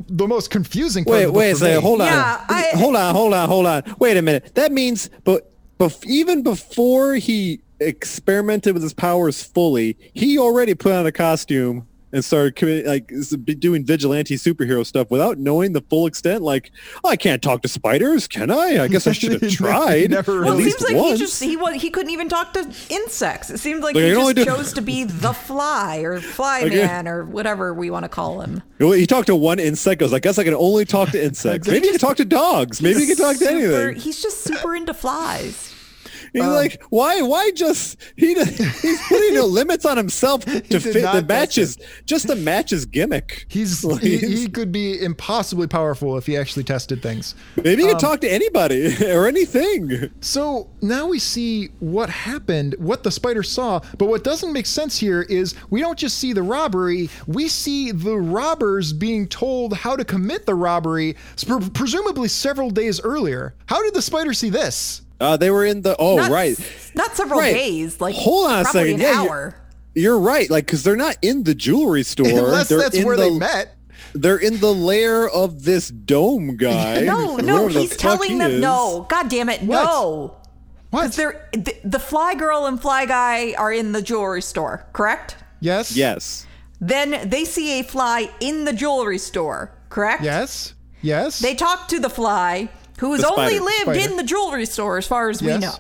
Speaker 4: the most confusing. Part
Speaker 3: Wait,
Speaker 4: of the book
Speaker 3: wait a
Speaker 4: for
Speaker 3: second.
Speaker 4: me.
Speaker 3: Hold on.
Speaker 5: Yeah, I-
Speaker 3: hold on. Hold on. Hold on. Wait a minute. That means, but, but even before he experimented with his powers fully, he already put on a costume and started committing like s- be doing vigilante superhero stuff without knowing the full extent. Like, I can't talk to spiders, can I? I guess I should have tried
Speaker 4: Never
Speaker 3: at
Speaker 5: Well, it
Speaker 3: least
Speaker 5: seems like
Speaker 3: once.
Speaker 5: he just he was he couldn't even talk to insects. It seemed like,
Speaker 3: Like, I
Speaker 5: he
Speaker 3: can only
Speaker 5: just
Speaker 3: do-
Speaker 5: chose to be the fly or fly
Speaker 3: Like, yeah.
Speaker 5: man or whatever we want to call him.
Speaker 3: You know, he talked to one insect. Goes, I guess I can only talk to insects. Maybe you can talk to dogs. Maybe you can talk to
Speaker 5: Super-
Speaker 3: anything.
Speaker 5: He's just super into flies.
Speaker 3: He's
Speaker 4: Um,
Speaker 3: like, why? Why just he? d- He's putting no limits on himself to
Speaker 4: did
Speaker 3: fit the
Speaker 4: not test
Speaker 3: matches, just the matches gimmick.
Speaker 4: He's
Speaker 3: Like,
Speaker 4: he, he could be impossibly powerful if he actually tested things.
Speaker 3: maybe
Speaker 4: um,
Speaker 3: you can talk to anybody or anything.
Speaker 4: So now we see what happened, what the spider saw, but what doesn't make sense here is we don't just see the robbery, we see the robbers being told how to commit the robbery, sp- presumably several days earlier. How did the spider see this?
Speaker 3: Uh, they were in the oh
Speaker 5: Not,
Speaker 3: right.
Speaker 5: Not several
Speaker 3: Right.
Speaker 5: days. Like
Speaker 3: Hold on a
Speaker 5: probably
Speaker 3: second.
Speaker 5: An
Speaker 3: Yeah, you're-
Speaker 5: hour.
Speaker 3: You're right. Like because they're not in the jewelry store.
Speaker 4: Unless
Speaker 3: they're
Speaker 4: that's
Speaker 3: in
Speaker 4: where
Speaker 3: the,
Speaker 4: they met.
Speaker 3: They're in the lair of this dome guy.
Speaker 5: No, no,
Speaker 3: Whoever the
Speaker 5: he's
Speaker 3: fuck
Speaker 5: telling
Speaker 3: he
Speaker 5: them
Speaker 3: is.
Speaker 5: no. God damn it, no.
Speaker 4: What?
Speaker 5: They're, the, the fly girl and fly guy are in the jewelry store, correct?
Speaker 4: yes.
Speaker 3: Yes.
Speaker 5: Then they see a fly in the jewelry store, correct?
Speaker 4: Yes. Yes.
Speaker 5: They talk to the fly, who has
Speaker 3: The
Speaker 5: only
Speaker 3: spider.
Speaker 5: lived
Speaker 4: Spider.
Speaker 5: in the jewelry store, as far as
Speaker 4: Yes.
Speaker 5: we know.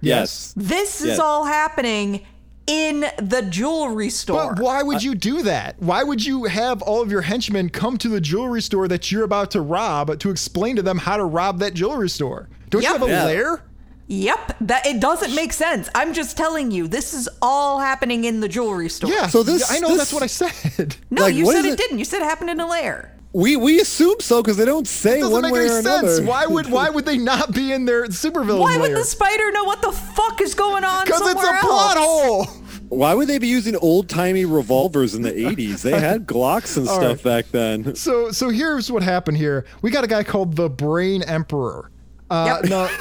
Speaker 3: Yes.
Speaker 5: This
Speaker 3: Yes.
Speaker 5: is all happening in the jewelry store.
Speaker 4: But why would you do that? Why would you have all of your henchmen come to the jewelry store that you're about to rob to explain to them how to rob that jewelry store? Don't
Speaker 5: Yep.
Speaker 4: you have a
Speaker 3: Yeah.
Speaker 4: lair?
Speaker 5: Yep, that it doesn't make sense. I'm just telling you, this is all happening in the jewelry store.
Speaker 4: Yeah.
Speaker 3: So this-
Speaker 4: I know
Speaker 3: this-
Speaker 4: that's what I said.
Speaker 5: No,
Speaker 3: Like,
Speaker 5: you
Speaker 3: what
Speaker 5: said
Speaker 3: is
Speaker 5: it,
Speaker 3: it-
Speaker 5: didn't. You said it happened in a lair.
Speaker 3: We we assume so because they don't say
Speaker 4: doesn't
Speaker 3: one
Speaker 4: make
Speaker 3: way
Speaker 4: any
Speaker 3: or
Speaker 4: sense.
Speaker 3: another.
Speaker 4: Why would why would they not be in their supervillain
Speaker 5: Why
Speaker 4: lair?
Speaker 5: would the spider know what the fuck is going on?
Speaker 4: Because it's a
Speaker 5: somewhere
Speaker 4: plot
Speaker 5: else?
Speaker 4: hole.
Speaker 3: Why would they be using old timey revolvers in the eighties? They had Glocks and
Speaker 4: All
Speaker 3: stuff
Speaker 4: right.
Speaker 3: back then.
Speaker 4: So so here's what happened here. We got a guy called the Brain Emperor. Uh,
Speaker 5: Yep.
Speaker 4: no,
Speaker 5: Yep.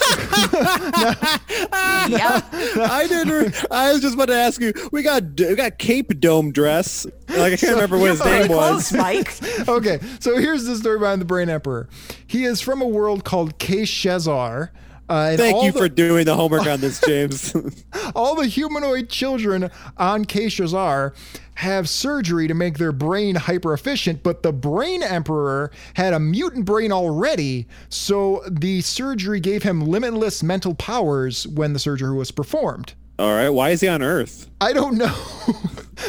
Speaker 3: I didn't. I was just about to ask you. We got d- we got Cape Dome dress. Like I can't remember what his
Speaker 5: Pretty
Speaker 3: name
Speaker 5: close,
Speaker 3: was.
Speaker 5: Mike.
Speaker 4: okay, so here's the story behind the Brain Emperor. He is from a world called K Shezar. Uh, and
Speaker 3: Thank
Speaker 4: all
Speaker 3: you
Speaker 4: the,
Speaker 3: for doing the homework on this, James.
Speaker 4: all the humanoid children on K Shazar have surgery to make their brain hyper efficient, but the brain emperor had a mutant brain already, so the surgery gave him limitless mental powers when the surgery was performed.
Speaker 3: All right. Why is he on Earth?
Speaker 4: I don't know,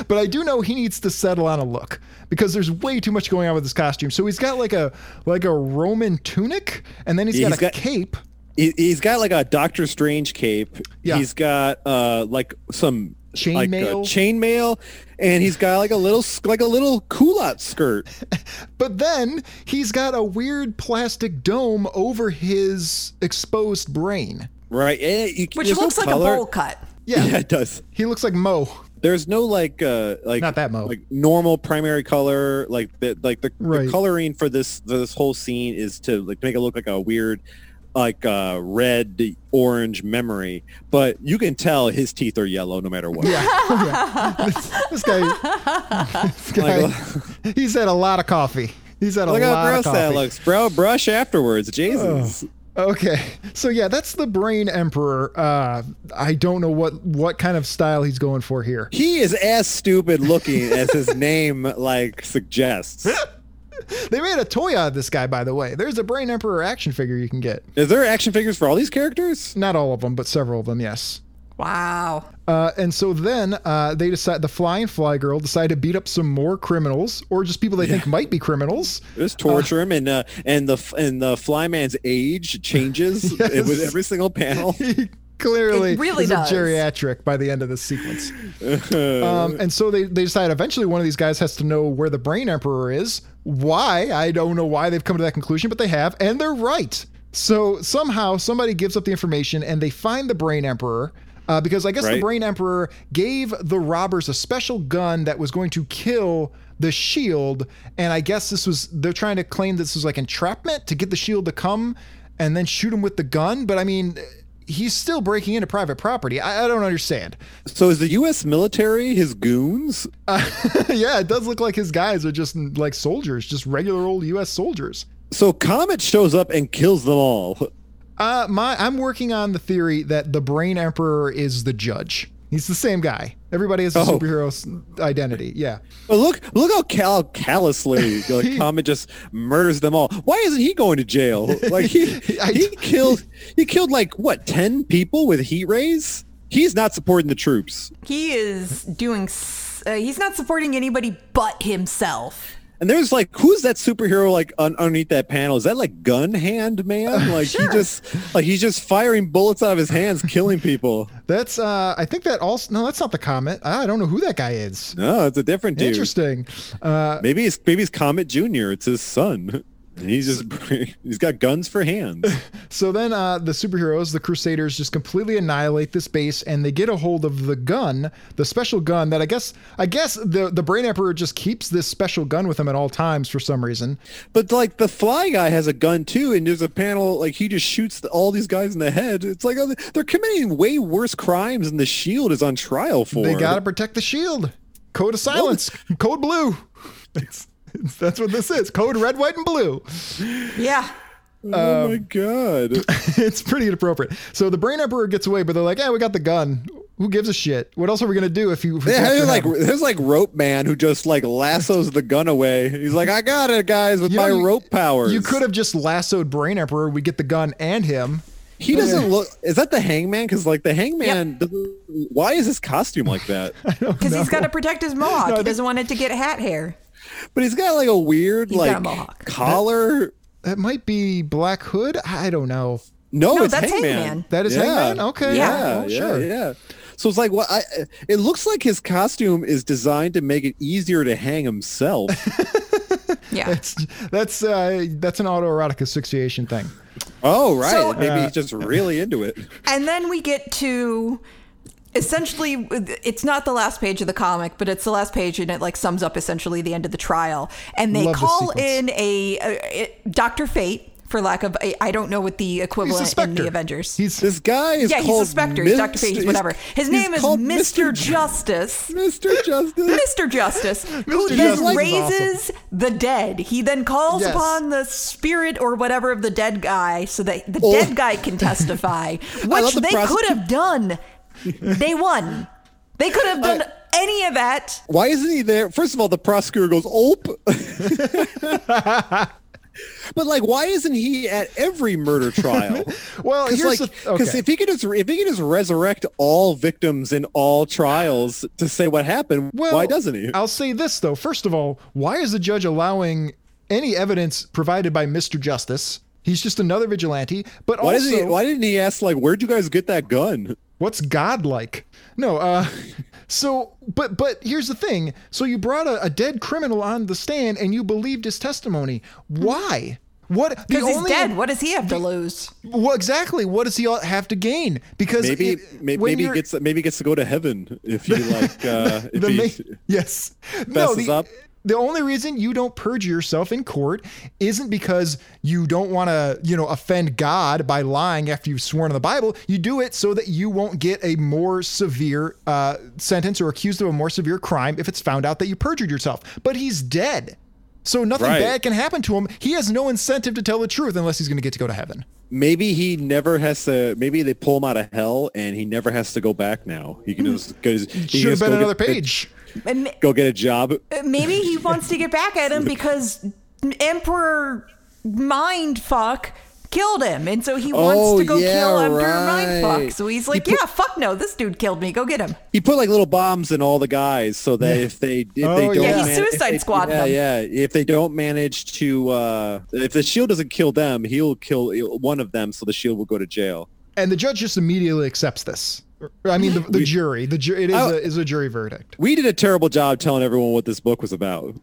Speaker 4: but I do know he needs to settle on a look because there's way too much going on with his costume. So he's got like a like a Roman tunic, and then
Speaker 3: Yeah,
Speaker 4: he's
Speaker 3: he's
Speaker 4: got a
Speaker 3: got-
Speaker 4: cape.
Speaker 3: He, he's got like a Doctor Strange cape.
Speaker 4: Yeah.
Speaker 3: He's got uh like some
Speaker 4: Chain
Speaker 3: like
Speaker 4: mail.
Speaker 3: a chain mail, and he's got like a little s- like a little culotte skirt.
Speaker 4: But then he's got a weird plastic dome over his exposed brain.
Speaker 3: Right. eh, you-
Speaker 5: Which
Speaker 3: there's no
Speaker 5: looks like
Speaker 3: color.
Speaker 5: a bowl cut.
Speaker 4: Yeah.
Speaker 3: Yeah, it does.
Speaker 4: He looks like Mo.
Speaker 3: There's no like uh like
Speaker 4: Not that mo.
Speaker 3: like normal primary color like the like the,
Speaker 4: Right.
Speaker 3: the coloring for this this whole scene is to like make it look like a weird like uh red orange memory but you can tell his teeth are yellow no matter what
Speaker 4: This guy,
Speaker 3: Oh
Speaker 4: this guy he's had a lot of coffee. He's had a
Speaker 3: look how
Speaker 4: lot of
Speaker 3: gross
Speaker 4: coffee.
Speaker 3: that looks bro brush afterwards jesus
Speaker 4: Okay, so yeah, that's the Brain Emperor. Uh, I don't know what what kind of style he's going for here.
Speaker 3: he is as stupid looking as his name like suggests
Speaker 4: They made a toy out of this guy, by the way. There's a Brain Emperor action figure you can get.
Speaker 3: is there action figures for all these characters
Speaker 4: Not all of them, but several of them, yes.
Speaker 5: Wow.
Speaker 4: Uh, and so then uh, they decide the fly and fly girl decide to beat up some more criminals or just people they think might be criminals.
Speaker 3: Just torture him, and uh, and the f- and the flyman's age changes
Speaker 4: Yes.
Speaker 3: with every single panel.
Speaker 4: Clearly,
Speaker 5: It really
Speaker 4: is
Speaker 5: does.
Speaker 4: a geriatric by the end of this sequence. um, and so they, they decide eventually one of these guys has to know where the brain emperor is. Why? I don't know why they've come to that conclusion, but they have, and they're right. So somehow somebody gives up the information and they find the brain emperor. Uh, because I guess the
Speaker 3: Right.
Speaker 4: Brain Emperor gave the robbers a special gun that was going to kill the shield, and I guess this was—they're trying to claim this was like entrapment to get the shield to come and then shoot him with the gun. But I mean, he's still breaking into private property. I, I don't understand.
Speaker 3: So is the U.S. military his goons?
Speaker 4: yeah, it does look like his guys are just like soldiers, just regular old U.S. soldiers.
Speaker 3: So Comet shows up and kills them all.
Speaker 4: Uh, my, I'm working on the theory that the Brain Emperor is the judge. He's the same guy. Everybody has a
Speaker 3: Oh.
Speaker 4: superhero s- identity. Yeah.
Speaker 3: But look, look how cal- callously like,
Speaker 4: He-
Speaker 3: Comet just murders them all. Why isn't he going to jail? Like he,
Speaker 4: I
Speaker 3: he
Speaker 4: d-
Speaker 3: killed, he killed like what ten people with heat rays. He's not supporting the troops,
Speaker 5: He is doing. s- Uh, he's not supporting anybody but himself.
Speaker 3: and there's like who's that superhero like un- underneath that panel? Is that like Gun Hand Man? Like
Speaker 5: sure.
Speaker 3: he just like he's just firing bullets out of his hands, killing people.
Speaker 4: That's uh I think that also no, that's not the comment. I don't know who that guy is.
Speaker 3: No, it's a different dude.
Speaker 4: Interesting. Uh
Speaker 3: Maybe it's maybe it's Comet Junior. It's his son. And he's just he's got guns for hands.
Speaker 4: so then uh the superheroes, the crusaders just completely annihilate this base and they get a hold of the gun, the special gun that I guess I guess the the brain emperor just keeps this special gun with him at all times for some reason.
Speaker 3: But like the fly guy has a gun too, and there's a panel like he just shoots the, all these guys in the head. It's like oh, they're committing way worse crimes, and the shield is on trial for.
Speaker 4: They got to protect the shield. Code of silence. Code blue. It's, it's- that's what this is. Code red, white, and blue.
Speaker 5: Yeah.
Speaker 3: Oh my god!
Speaker 4: It's pretty inappropriate. So the brain emperor gets away, but they're like, "Yeah, we got the gun. Who gives a shit? What else are we gonna do if you?" If we
Speaker 3: Yeah,
Speaker 4: capture
Speaker 3: there's like
Speaker 4: him?"
Speaker 3: there's like rope man who just like lassos the gun away. He's like, I got it, guys, with
Speaker 4: You know,
Speaker 3: my
Speaker 4: you-
Speaker 3: rope powers.
Speaker 4: you could have just lassoed brain emperor. We get the gun and him.
Speaker 3: He doesn't look. Is that the hangman? Because like the hangman, doesn't, why is his costume like that?
Speaker 5: Because he's got to protect his mohawk.
Speaker 4: I
Speaker 5: he
Speaker 4: think-
Speaker 5: doesn't want it to get hat hair.
Speaker 3: but he's got like a weird
Speaker 5: got a
Speaker 3: like
Speaker 5: mohawk.
Speaker 3: collar.
Speaker 4: That might be Black Hood. I don't know.
Speaker 3: No,
Speaker 5: No,
Speaker 3: it's
Speaker 5: that's
Speaker 3: hangman.
Speaker 5: Hangman.
Speaker 4: That is Hangman? Okay.
Speaker 3: Yeah.
Speaker 4: Oh,
Speaker 3: yeah,
Speaker 4: sure.
Speaker 3: Yeah. So it's like, well, I, it looks like his costume is designed to make it easier to hang himself.
Speaker 5: Yeah.
Speaker 4: That's uh, that's an autoerotic asphyxiation thing.
Speaker 3: oh, right.
Speaker 5: So-
Speaker 3: Maybe he's just really into it.
Speaker 5: And then we get to essentially it's not the last page of the comic, but it's the last page and it like sums up essentially the end of the trial. And they
Speaker 4: Love this
Speaker 5: call
Speaker 4: sequence.
Speaker 5: in a, a, a- Dr. Fate for lack of I I don't know what the
Speaker 4: He's a
Speaker 5: equivalent in
Speaker 4: specter.
Speaker 5: the Avengers.
Speaker 4: He's
Speaker 3: This guy is
Speaker 5: yeah, he's
Speaker 3: called
Speaker 5: a specter. He's Dr.
Speaker 3: Mr.
Speaker 5: Fate, he's
Speaker 3: he's-
Speaker 5: whatever. His
Speaker 3: he's
Speaker 5: name is
Speaker 3: called
Speaker 5: Mr.
Speaker 3: Ju-
Speaker 5: Justice.
Speaker 3: Mr. Justice.
Speaker 5: Mr. Justice, who
Speaker 4: Mr.
Speaker 5: then
Speaker 4: Justice is
Speaker 5: raises the dead. He then calls
Speaker 4: Yes.
Speaker 5: upon the spirit or whatever of the dead guy so that the
Speaker 3: Oh.
Speaker 5: dead guy can testify, which
Speaker 3: love the
Speaker 5: they
Speaker 3: prosec-
Speaker 5: could have done. They won. They could have done any of that.
Speaker 3: Why isn't he there? First of all, the prosecutor goes, "Ope." But like, why isn't he at every murder trial?
Speaker 4: Well,
Speaker 3: because
Speaker 4: here's
Speaker 3: like,
Speaker 4: the-
Speaker 3: 'cause
Speaker 4: okay.
Speaker 3: if he could just if he could just resurrect all victims in all trials to say what happened,
Speaker 4: Well,
Speaker 3: why doesn't he?
Speaker 4: I'll say this though. First of all, why is the judge allowing any evidence provided by Mr. Justice? He's just another vigilante. But
Speaker 3: Why,
Speaker 4: also,
Speaker 3: doesn't he, why didn't he ask like, "Where'd you guys get that gun?"
Speaker 4: what's God like? No. Uh, so, but but here's the thing. So you brought a, a dead criminal on the stand and you believed his testimony. Why? What? The
Speaker 5: Because he's
Speaker 4: only-
Speaker 5: dead. What does he have to lose?
Speaker 4: Well, exactly. What does he all- have to gain? Because
Speaker 3: Maybe
Speaker 4: it-
Speaker 3: may,
Speaker 4: when
Speaker 3: maybe he
Speaker 4: you're-
Speaker 3: gets maybe he gets to go to heaven if he like uh, if
Speaker 4: the
Speaker 3: he,
Speaker 4: ma- yes. No,
Speaker 3: fesses
Speaker 4: the,
Speaker 3: up.
Speaker 4: the only reason you don't purge yourself in court isn't because you don't want to, you know, offend God by lying after you've sworn to the Bible. You do it so that you won't get a more severe uh, sentence or accused of a more severe crime if it's found out that you perjured yourself. But he's dead. So nothing
Speaker 3: Right.
Speaker 4: bad can happen to him. He has no incentive to tell the truth unless he's going to get to go to heaven.
Speaker 3: maybe he never has to. Maybe they pull him out of hell and he never has to go back. Now he can just because he
Speaker 4: Should have
Speaker 3: just
Speaker 4: Hmm. been
Speaker 3: go
Speaker 4: another
Speaker 3: get-
Speaker 4: page.
Speaker 5: And ma-
Speaker 3: Go get a job.
Speaker 5: Uh, maybe he wants to get back at him because Emperor Mindfuck killed him, and so he wants
Speaker 3: Oh,
Speaker 5: to go
Speaker 3: yeah,
Speaker 5: kill Emperor
Speaker 3: right.
Speaker 5: Mindfuck. So he's like, "Yeah, fuck no, this dude killed me. Go get him."
Speaker 3: He put like little bombs in all the guys so that if they if
Speaker 4: Oh,
Speaker 3: they don't
Speaker 4: yeah. Yeah, he
Speaker 3: man-
Speaker 5: suicide
Speaker 3: if they-
Speaker 5: squad
Speaker 3: yeah,
Speaker 5: them.
Speaker 3: yeah if they don't manage to uh if the shield doesn't kill them he'll kill uh, one of them so the shield E will go to jail.
Speaker 4: And the judge just immediately accepts this. I mean, the, the jury. The ju- it is
Speaker 3: I-
Speaker 4: a, is a jury verdict.
Speaker 3: we did a terrible job telling everyone what this book was about.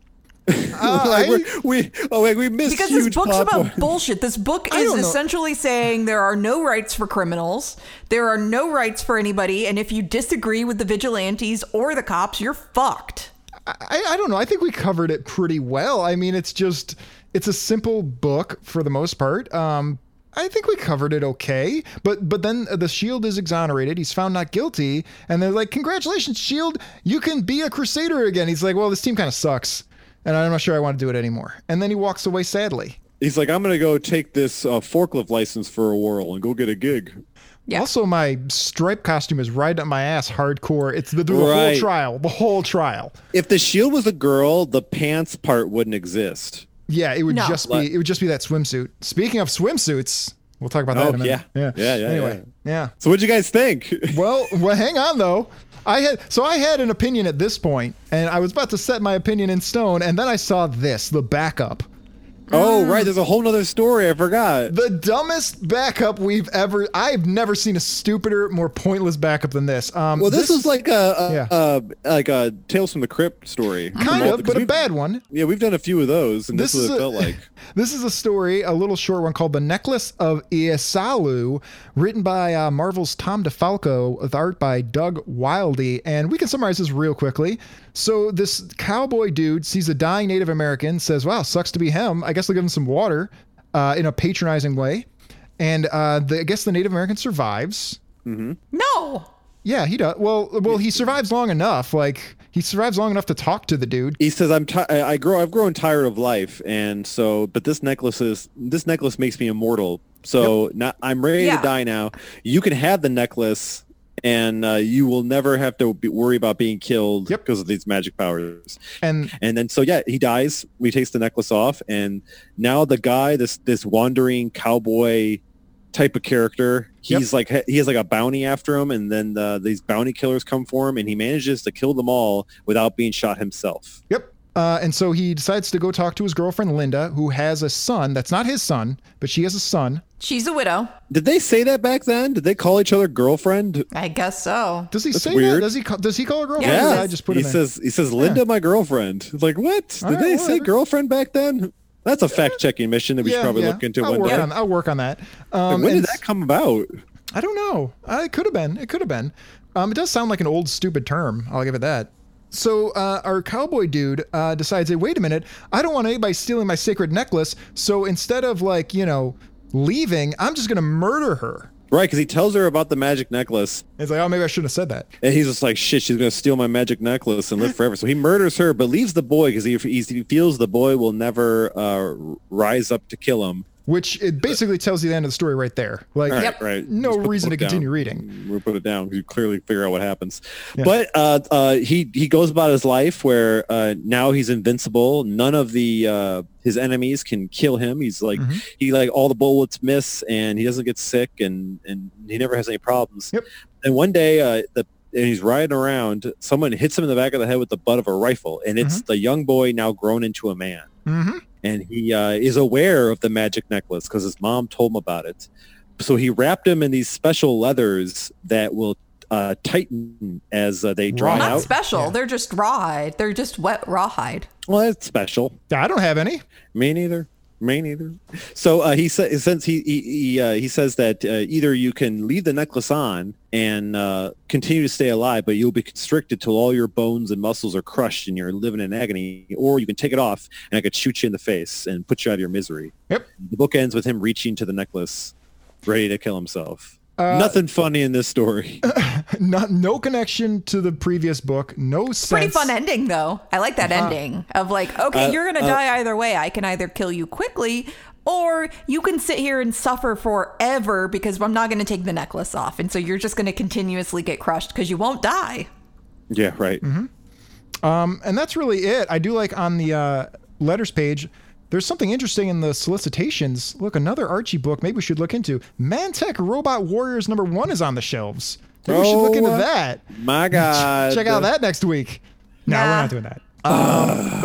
Speaker 3: like
Speaker 4: Uh, I-
Speaker 3: we're, we oh like we missed
Speaker 5: Because
Speaker 3: huge
Speaker 5: this book's
Speaker 3: popcorn.
Speaker 5: about bullshit. This book
Speaker 4: I
Speaker 5: is
Speaker 4: don't know.
Speaker 5: essentially saying there are no rights for criminals, there are no rights for anybody, and if you disagree with the vigilantes or the cops, you're fucked.
Speaker 4: I, I don't know. I think we covered it pretty well. I mean, it's just it's a simple book for the most part. Um, I think we covered it okay. But but then the Shield is exonerated. He's found not guilty, and they're like, "Congratulations, Shield! You can be a Crusader again." He's like, "Well, this team kind of sucks, and I'm not sure I want to do it anymore." And then he walks away sadly.
Speaker 3: He's like, I'm gonna go take this uh, forklift license for a whirl and go get a gig.
Speaker 5: Yeah.
Speaker 4: Also, my stripe costume is riding up my ass hardcore. It's the, the whole
Speaker 3: Right.
Speaker 4: trial, the whole trial.
Speaker 3: If the shield E was a girl, the pants part wouldn't exist.
Speaker 4: Yeah, it would
Speaker 5: No.
Speaker 4: just
Speaker 3: Like-
Speaker 4: be it would just be that swimsuit. Speaking of swimsuits, we'll talk about that
Speaker 3: Oh,
Speaker 4: in a minute.
Speaker 3: yeah. Yeah, yeah,
Speaker 4: anyway, yeah.
Speaker 3: So what'd you guys think?
Speaker 4: Well, well, hang on though. I had so I had an opinion at this point, and I was about to set my opinion in stone, and then I saw this, the backup.
Speaker 3: oh,
Speaker 5: Mm.
Speaker 3: right. There's a whole nother story. I forgot.
Speaker 4: The dumbest backup we've ever I've never seen a stupider, more pointless backup than this. Um
Speaker 3: Well, this, was like a, a,
Speaker 4: Yeah.
Speaker 3: a like a Tales from the Crypt story.
Speaker 4: kind
Speaker 3: Well,
Speaker 4: of,
Speaker 3: because
Speaker 4: but a
Speaker 3: we've-
Speaker 4: bad one.
Speaker 3: Yeah, we've done a few of those, and this, is what it
Speaker 4: a,
Speaker 3: felt like.
Speaker 4: This is a story, a little short one called "The Necklace of Iesalu," written by uh, Marvel's Tom DeFalco, with art by Doug Wildey, and we can summarize this real quickly. So this cowboy dude sees a dying Native American, says, "Wow, sucks to be him. I guess I'll give him some water," uh, in a patronizing way, and uh, the, I guess the Native American survives.
Speaker 5: No.
Speaker 4: Yeah, he does. Well, well, he survives long enough. Like he survives long enough to talk to the dude.
Speaker 3: He says, "I'm ti- I I grow. I've grown tired of life, and so. But this necklace is this necklace makes me immortal. So not. I'm ready
Speaker 5: Yeah.
Speaker 3: to die now. You can have the necklace." And uh, you will never have to be, worry about being killed
Speaker 4: Yep.
Speaker 3: because of these magic powers.
Speaker 4: And
Speaker 3: And then so yeah, he dies. He takes the necklace off, and now the guy, this this wandering cowboy type of character,
Speaker 4: Yep.
Speaker 3: he's like he has like a bounty after him, and then uh, these bounty killers come for him, and he manages to kill them all without being shot himself.
Speaker 4: Yep. Uh, and so he decides to go talk to his girlfriend Linda, who has a son that's not his son, but she has a son.
Speaker 5: She's a widow.
Speaker 3: Did they say that back then? Did they call each other girlfriend?
Speaker 5: I guess so.
Speaker 4: Does he say that?
Speaker 3: weird.
Speaker 4: Does he call, does he call her girlfriend? Or
Speaker 5: Yeah, he
Speaker 4: did
Speaker 5: does.
Speaker 4: I just put
Speaker 3: he
Speaker 4: it in.
Speaker 3: says he says Linda, my girlfriend. It's like what? Did
Speaker 4: right,
Speaker 3: they say
Speaker 4: whatever.
Speaker 3: girlfriend back then? That's a fact checking mission that we should probably look into
Speaker 4: I'll
Speaker 3: one
Speaker 4: work
Speaker 3: day.
Speaker 4: On, I'll work on that.
Speaker 3: Like,
Speaker 4: Um,
Speaker 3: when did
Speaker 4: and
Speaker 3: that come about?
Speaker 4: I don't know. Uh, It could have been. It could have been. Um, it does sound like an old stupid term. I'll give it that. So uh, our cowboy dude uh, decides, hey, wait a minute, I don't want anybody stealing my sacred necklace. So instead of like you know leaving, I'm just gonna murder her.
Speaker 3: Right, because he tells her about the magic necklace,
Speaker 4: It's like, oh, maybe I shouldn't have said that.
Speaker 3: And he's just like, shit, she's going to steal my magic necklace and live forever. So he murders her, but leaves the boy because he, he's- he feels the boy will never uh, rise up to kill him.
Speaker 4: which it basically tells you the end of the story right there. Like,
Speaker 3: All right,
Speaker 5: Yep.
Speaker 3: right.
Speaker 4: no
Speaker 3: Just put the
Speaker 4: reason to
Speaker 3: book down.
Speaker 4: continue reading.
Speaker 3: We'll put it down. You clearly figure out what happens.
Speaker 4: Yeah.
Speaker 3: But uh, uh, he, he goes about his life where uh, now he's invincible. None of the uh, his enemies can kill him. He's like,
Speaker 4: Mm-hmm.
Speaker 3: he like all the bullets miss and he doesn't get sick and, and he never has any problems.
Speaker 4: Yep.
Speaker 3: And one day, uh, the and he's riding around. Someone hits him in the back of the head with the butt of a rifle, and it's the young boy now grown into a man.
Speaker 4: Mm-hmm.
Speaker 3: And he uh, is aware of the magic necklace because his mom told him about it. So he wrapped him in these special leathers that will uh, tighten as uh, they dry
Speaker 4: Right.
Speaker 5: Not
Speaker 3: out.
Speaker 5: special. They're just rawhide. They're just wet rawhide.
Speaker 3: well, that's special.
Speaker 4: I don't have any.
Speaker 3: Me neither. Me neither. So uh, he says since he he he, uh, he says that uh, either you can leave the necklace on and uh, continue to stay alive, but you'll be constricted till all your bones and muscles are crushed and you're living in agony, or you can take it off and I could shoot you in the face and put you out of your misery.
Speaker 4: Yep.
Speaker 3: The book ends with him reaching to the necklace, ready to kill himself.
Speaker 4: Uh,
Speaker 3: Nothing funny in this story.
Speaker 4: Not no connection to the previous book. No sense.
Speaker 5: Pretty fun ending though. I like that ending of like, okay, you're gonna die either way. I can either kill you quickly, or you can sit here and suffer forever because I'm not gonna take the necklace off, and so you're just gonna continuously get crushed because you won't die.
Speaker 3: yeah, right.
Speaker 4: Mm-hmm. and that's really it. I do like on the uh, letters page. There's something interesting in the solicitations. Look, another Archie book. Maybe we should look into. Mantech Robot Warriors number one is on the shelves. Maybe we should look
Speaker 3: Oh,
Speaker 4: into
Speaker 3: uh,
Speaker 4: that.
Speaker 3: My God.
Speaker 4: Check out that next week. No, we're
Speaker 5: Nah.
Speaker 4: not doing that.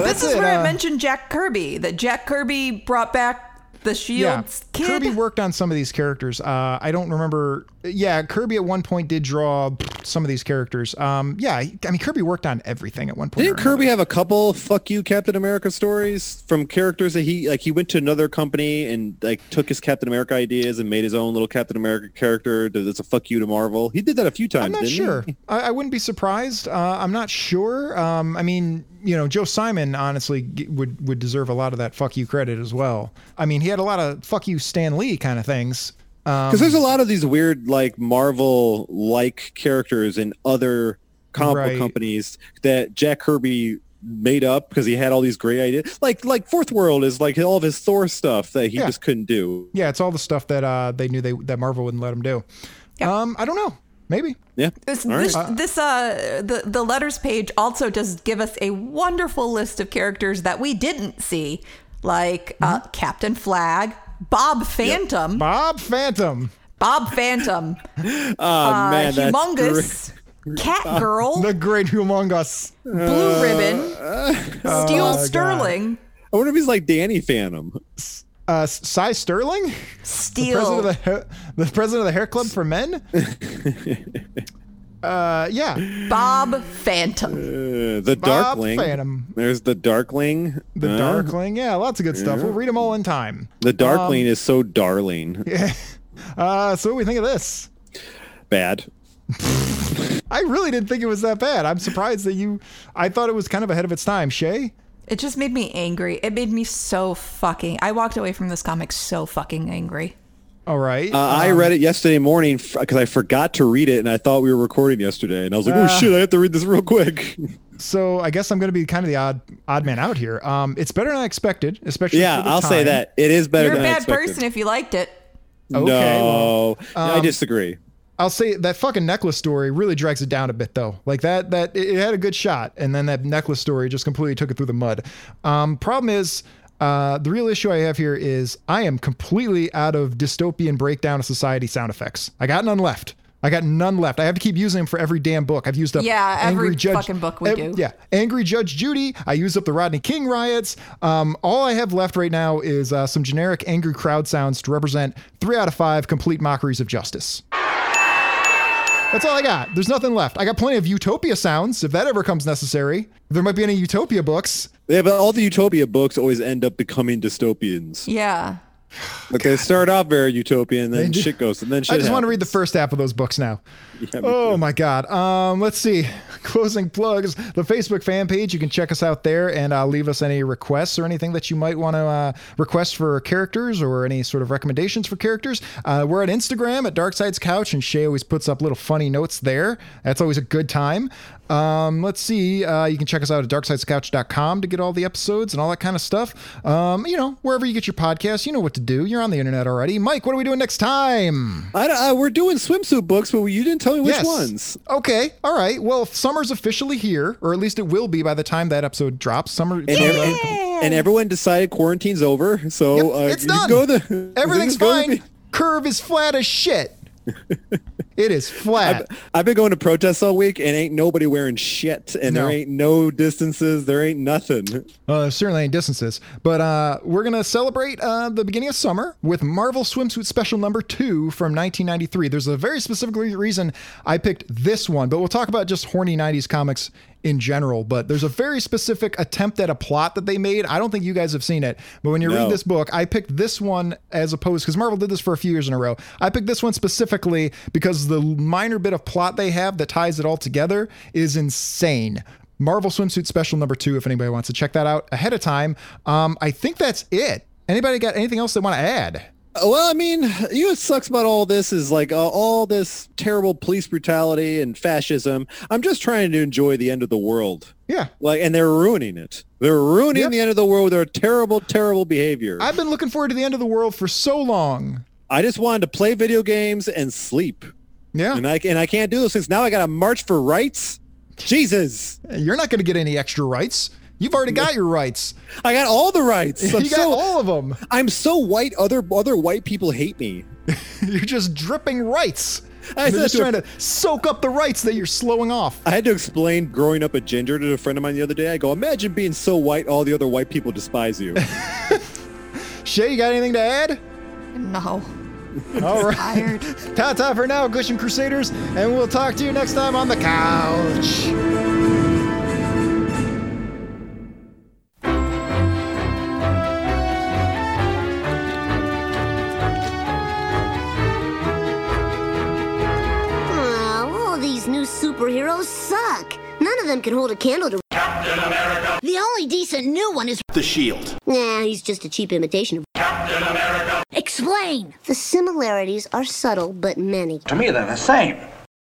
Speaker 5: This is
Speaker 4: it,
Speaker 5: where
Speaker 4: uh,
Speaker 5: I mentioned Jack Kirby. That Jack Kirby brought back the Shields kid.
Speaker 4: Kirby worked on some of these characters. Uh, I don't remember. Yeah, Kirby at one point did draw some of these characters. Um, yeah, I mean Kirby worked on everything at one point.
Speaker 3: Didn't
Speaker 4: or another.
Speaker 3: Kirby have a couple "fuck you, Captain America" stories from characters that he like? He went to another company and like took his Captain America ideas and made his own little Captain America character that's a "fuck you" to Marvel. He did that a few times.
Speaker 4: I'm not
Speaker 3: didn't
Speaker 4: sure.
Speaker 3: He?
Speaker 4: I, I wouldn't be surprised. Uh, I'm not sure. Um, I mean, you know, Joe Simon honestly g- would would deserve a lot of that fuck you credit as well. I mean, he had a lot of fuck you Stan Lee kind of things. Um,
Speaker 3: Because there's a lot of these weird like Marvel like characters in other comic book
Speaker 4: Right.
Speaker 3: companies that Jack Kirby made up because he had all these great ideas. Like like Fourth World is like all of his Thor stuff that he
Speaker 4: Yeah.
Speaker 3: just couldn't do.
Speaker 4: yeah, it's all the stuff that uh, they knew they that Marvel wouldn't let him do.
Speaker 5: Yeah.
Speaker 4: Um, I don't know. Maybe.
Speaker 3: Yeah.
Speaker 5: This
Speaker 3: All right.
Speaker 5: this, this uh the the letters page also does give us a wonderful list of characters that we didn't see, like uh, Captain Flag, Bob Phantom,
Speaker 4: Bob Phantom.
Speaker 5: Bob Phantom,
Speaker 3: oh
Speaker 5: uh,
Speaker 3: man, that's great.
Speaker 5: Humongous, Cat Girl,
Speaker 4: Uh, The Great Humongous.
Speaker 5: Blue Ribbon, Steel
Speaker 4: Oh, God.
Speaker 5: Sterling,
Speaker 3: I wonder if he's like Danny Phantom.
Speaker 4: Uh, Cy Sterling, president
Speaker 5: Steel.
Speaker 4: of the hair, the president of the hair club for men. uh, yeah,
Speaker 5: Bob Phantom.
Speaker 3: Uh, the
Speaker 4: Bob
Speaker 3: Darkling.
Speaker 4: Phantom.
Speaker 3: There's the Darkling.
Speaker 4: the
Speaker 3: Uh,
Speaker 4: Darkling. Yeah, lots of good stuff. We'll read them all in time.
Speaker 3: The
Speaker 4: Um,
Speaker 3: Darkling is so darling.
Speaker 4: Uh, so what do we think of this?
Speaker 3: Bad.
Speaker 4: I really didn't think it was that bad. I'm surprised that you. I thought it was kind of ahead of its time. Shay,
Speaker 5: It just made me angry. It made me so fucking. I walked away from this comic so fucking angry.
Speaker 4: all right.
Speaker 3: Uh, I
Speaker 4: Um,
Speaker 3: read it yesterday morning because I forgot to read it, and I thought we were recording yesterday, and I was like, "Oh
Speaker 4: Uh,
Speaker 3: shit, I have to read this real quick."
Speaker 4: so I guess I'm going to be kind of the odd odd man out here. Um, it's better than I expected, especially.
Speaker 3: yeah,
Speaker 4: for the
Speaker 3: I'll say
Speaker 4: time.
Speaker 3: that it is better
Speaker 5: You're a
Speaker 3: than I
Speaker 5: bad
Speaker 3: expected.
Speaker 5: person if you liked it.
Speaker 4: Okay,
Speaker 3: no,
Speaker 4: um,
Speaker 3: I disagree.
Speaker 4: I'll say that fucking necklace story really drags it down a bit though. Like that that it it had a good shot and then that necklace story just completely took it through the mud. Um problem is uh, the real issue I have here is I am completely out of dystopian breakdown of society sound effects. I got none left. I got none left. I have to keep using them for every damn book. I've used up
Speaker 5: Yeah, every
Speaker 4: Angry Judge-
Speaker 5: fucking book we
Speaker 4: ev-
Speaker 5: do.
Speaker 4: Yeah, Angry Judge Judy. I used up the Rodney King riots. Um, all I have left right now is uh, some generic angry crowd sounds to represent three out of five complete mockeries of justice. That's all I got. There's nothing left. I got plenty of Utopia sounds if that ever comes necessary. There might be any Utopia books.
Speaker 3: Yeah, but all the utopia books always end up becoming dystopians.
Speaker 5: Yeah.
Speaker 3: Like they start off very utopian, and then
Speaker 4: do.
Speaker 3: shit goes, and then shit.
Speaker 4: I just want to read the
Speaker 3: happens.
Speaker 4: first half of those books now.
Speaker 3: Yeah, me
Speaker 4: oh my god. Um, let's see. Closing plugs. The Facebook fan page. You can check us out there and uh, leave us any requests or anything that you might want to uh, request for characters or any sort of recommendations for characters. Uh, we're on Instagram at Darkside's Couch, and Shay always puts up little funny notes there. That's always a good time. Um, let's see. Uh, you can check us out at darksidescouch.com to get all the episodes and all that kind of stuff. Um, you know, wherever you get your podcast, you know what to do. You're on the internet already. Mike, what are we doing next time?
Speaker 3: I, don't- uh, we're doing swimsuit books, but you didn't tell me which
Speaker 4: Yes.
Speaker 3: ones.
Speaker 4: Okay. All right. Well, summer's officially here, or at least it will be by the time that episode drops. Summer.
Speaker 3: And, ev- and- and everyone decided quarantine's over, so
Speaker 4: Yep,
Speaker 3: uh,
Speaker 4: it's
Speaker 3: you
Speaker 4: done.
Speaker 3: go the
Speaker 4: Everything's
Speaker 3: it's gonna
Speaker 4: fine.
Speaker 3: be-
Speaker 4: Curve is flat as shit. it is flat.
Speaker 3: I've been going to protests all week, and ain't nobody wearing shit, and
Speaker 4: No.
Speaker 3: there ain't no distances, there ain't nothing.
Speaker 4: Uh, certainly in distances, but uh, we're gonna celebrate uh, the beginning of summer with Marvel Swimsuit Special Number Two from 1993. There's a very specific re- reason I picked this one, but we'll talk about just horny 90s comics in general. But there's a very specific attempt at a plot that they made. I don't think you guys have seen it, but when you
Speaker 3: No.
Speaker 4: read this book, I picked this one as opposed because Marvel did this for a few years in a row. I picked this one specifically because the minor bit of plot they have that ties it all together is insane. Marvel swimsuit special number two. If anybody wants to check that out ahead of time, um, I think that's it. Anybody got anything else they want to add?
Speaker 3: Uh, Well, I mean, you know what sucks about all this is like uh, all this terrible police brutality and fascism. I'm just trying to enjoy the end of the world.
Speaker 4: Yeah.
Speaker 3: Like, and they're ruining it. They're ruining
Speaker 4: Yep.
Speaker 3: the end of the world with their terrible, terrible behavior. I,
Speaker 4: I've been looking forward to the end of the world for so long.
Speaker 3: just wanted to play video games and sleep,
Speaker 4: Yeah.
Speaker 3: and I and I can't do those things now. I got to march for rights. Jesus,
Speaker 4: You're not going to get any extra rights. You've already got your rights.
Speaker 3: I got all the rights. I'm
Speaker 4: You got
Speaker 3: so
Speaker 4: all of them.
Speaker 3: I'm so white. Other other white people hate me.
Speaker 4: You're just dripping rights.
Speaker 3: I
Speaker 4: They're
Speaker 3: said
Speaker 4: just
Speaker 3: to
Speaker 4: trying
Speaker 3: him-
Speaker 4: to soak up the rights that you're slowing off.
Speaker 3: I had to explain growing up a ginger to a friend of mine the other day. I go, imagine being so white, all the other white people despise you.
Speaker 4: Shay, you got anything to add?
Speaker 5: No.
Speaker 4: All right.
Speaker 5: Tired.
Speaker 4: Ta ta for now, Gushing Crusaders, and we'll talk to you next time on the couch.
Speaker 2: Aw, all these new superheroes suck. None of them can hold a candle to Captain America. The only decent new one is
Speaker 6: The shield.
Speaker 2: Nah, he's just a cheap imitation of Captain America. Explain. The similarities are subtle but many.
Speaker 6: To me, they're the same.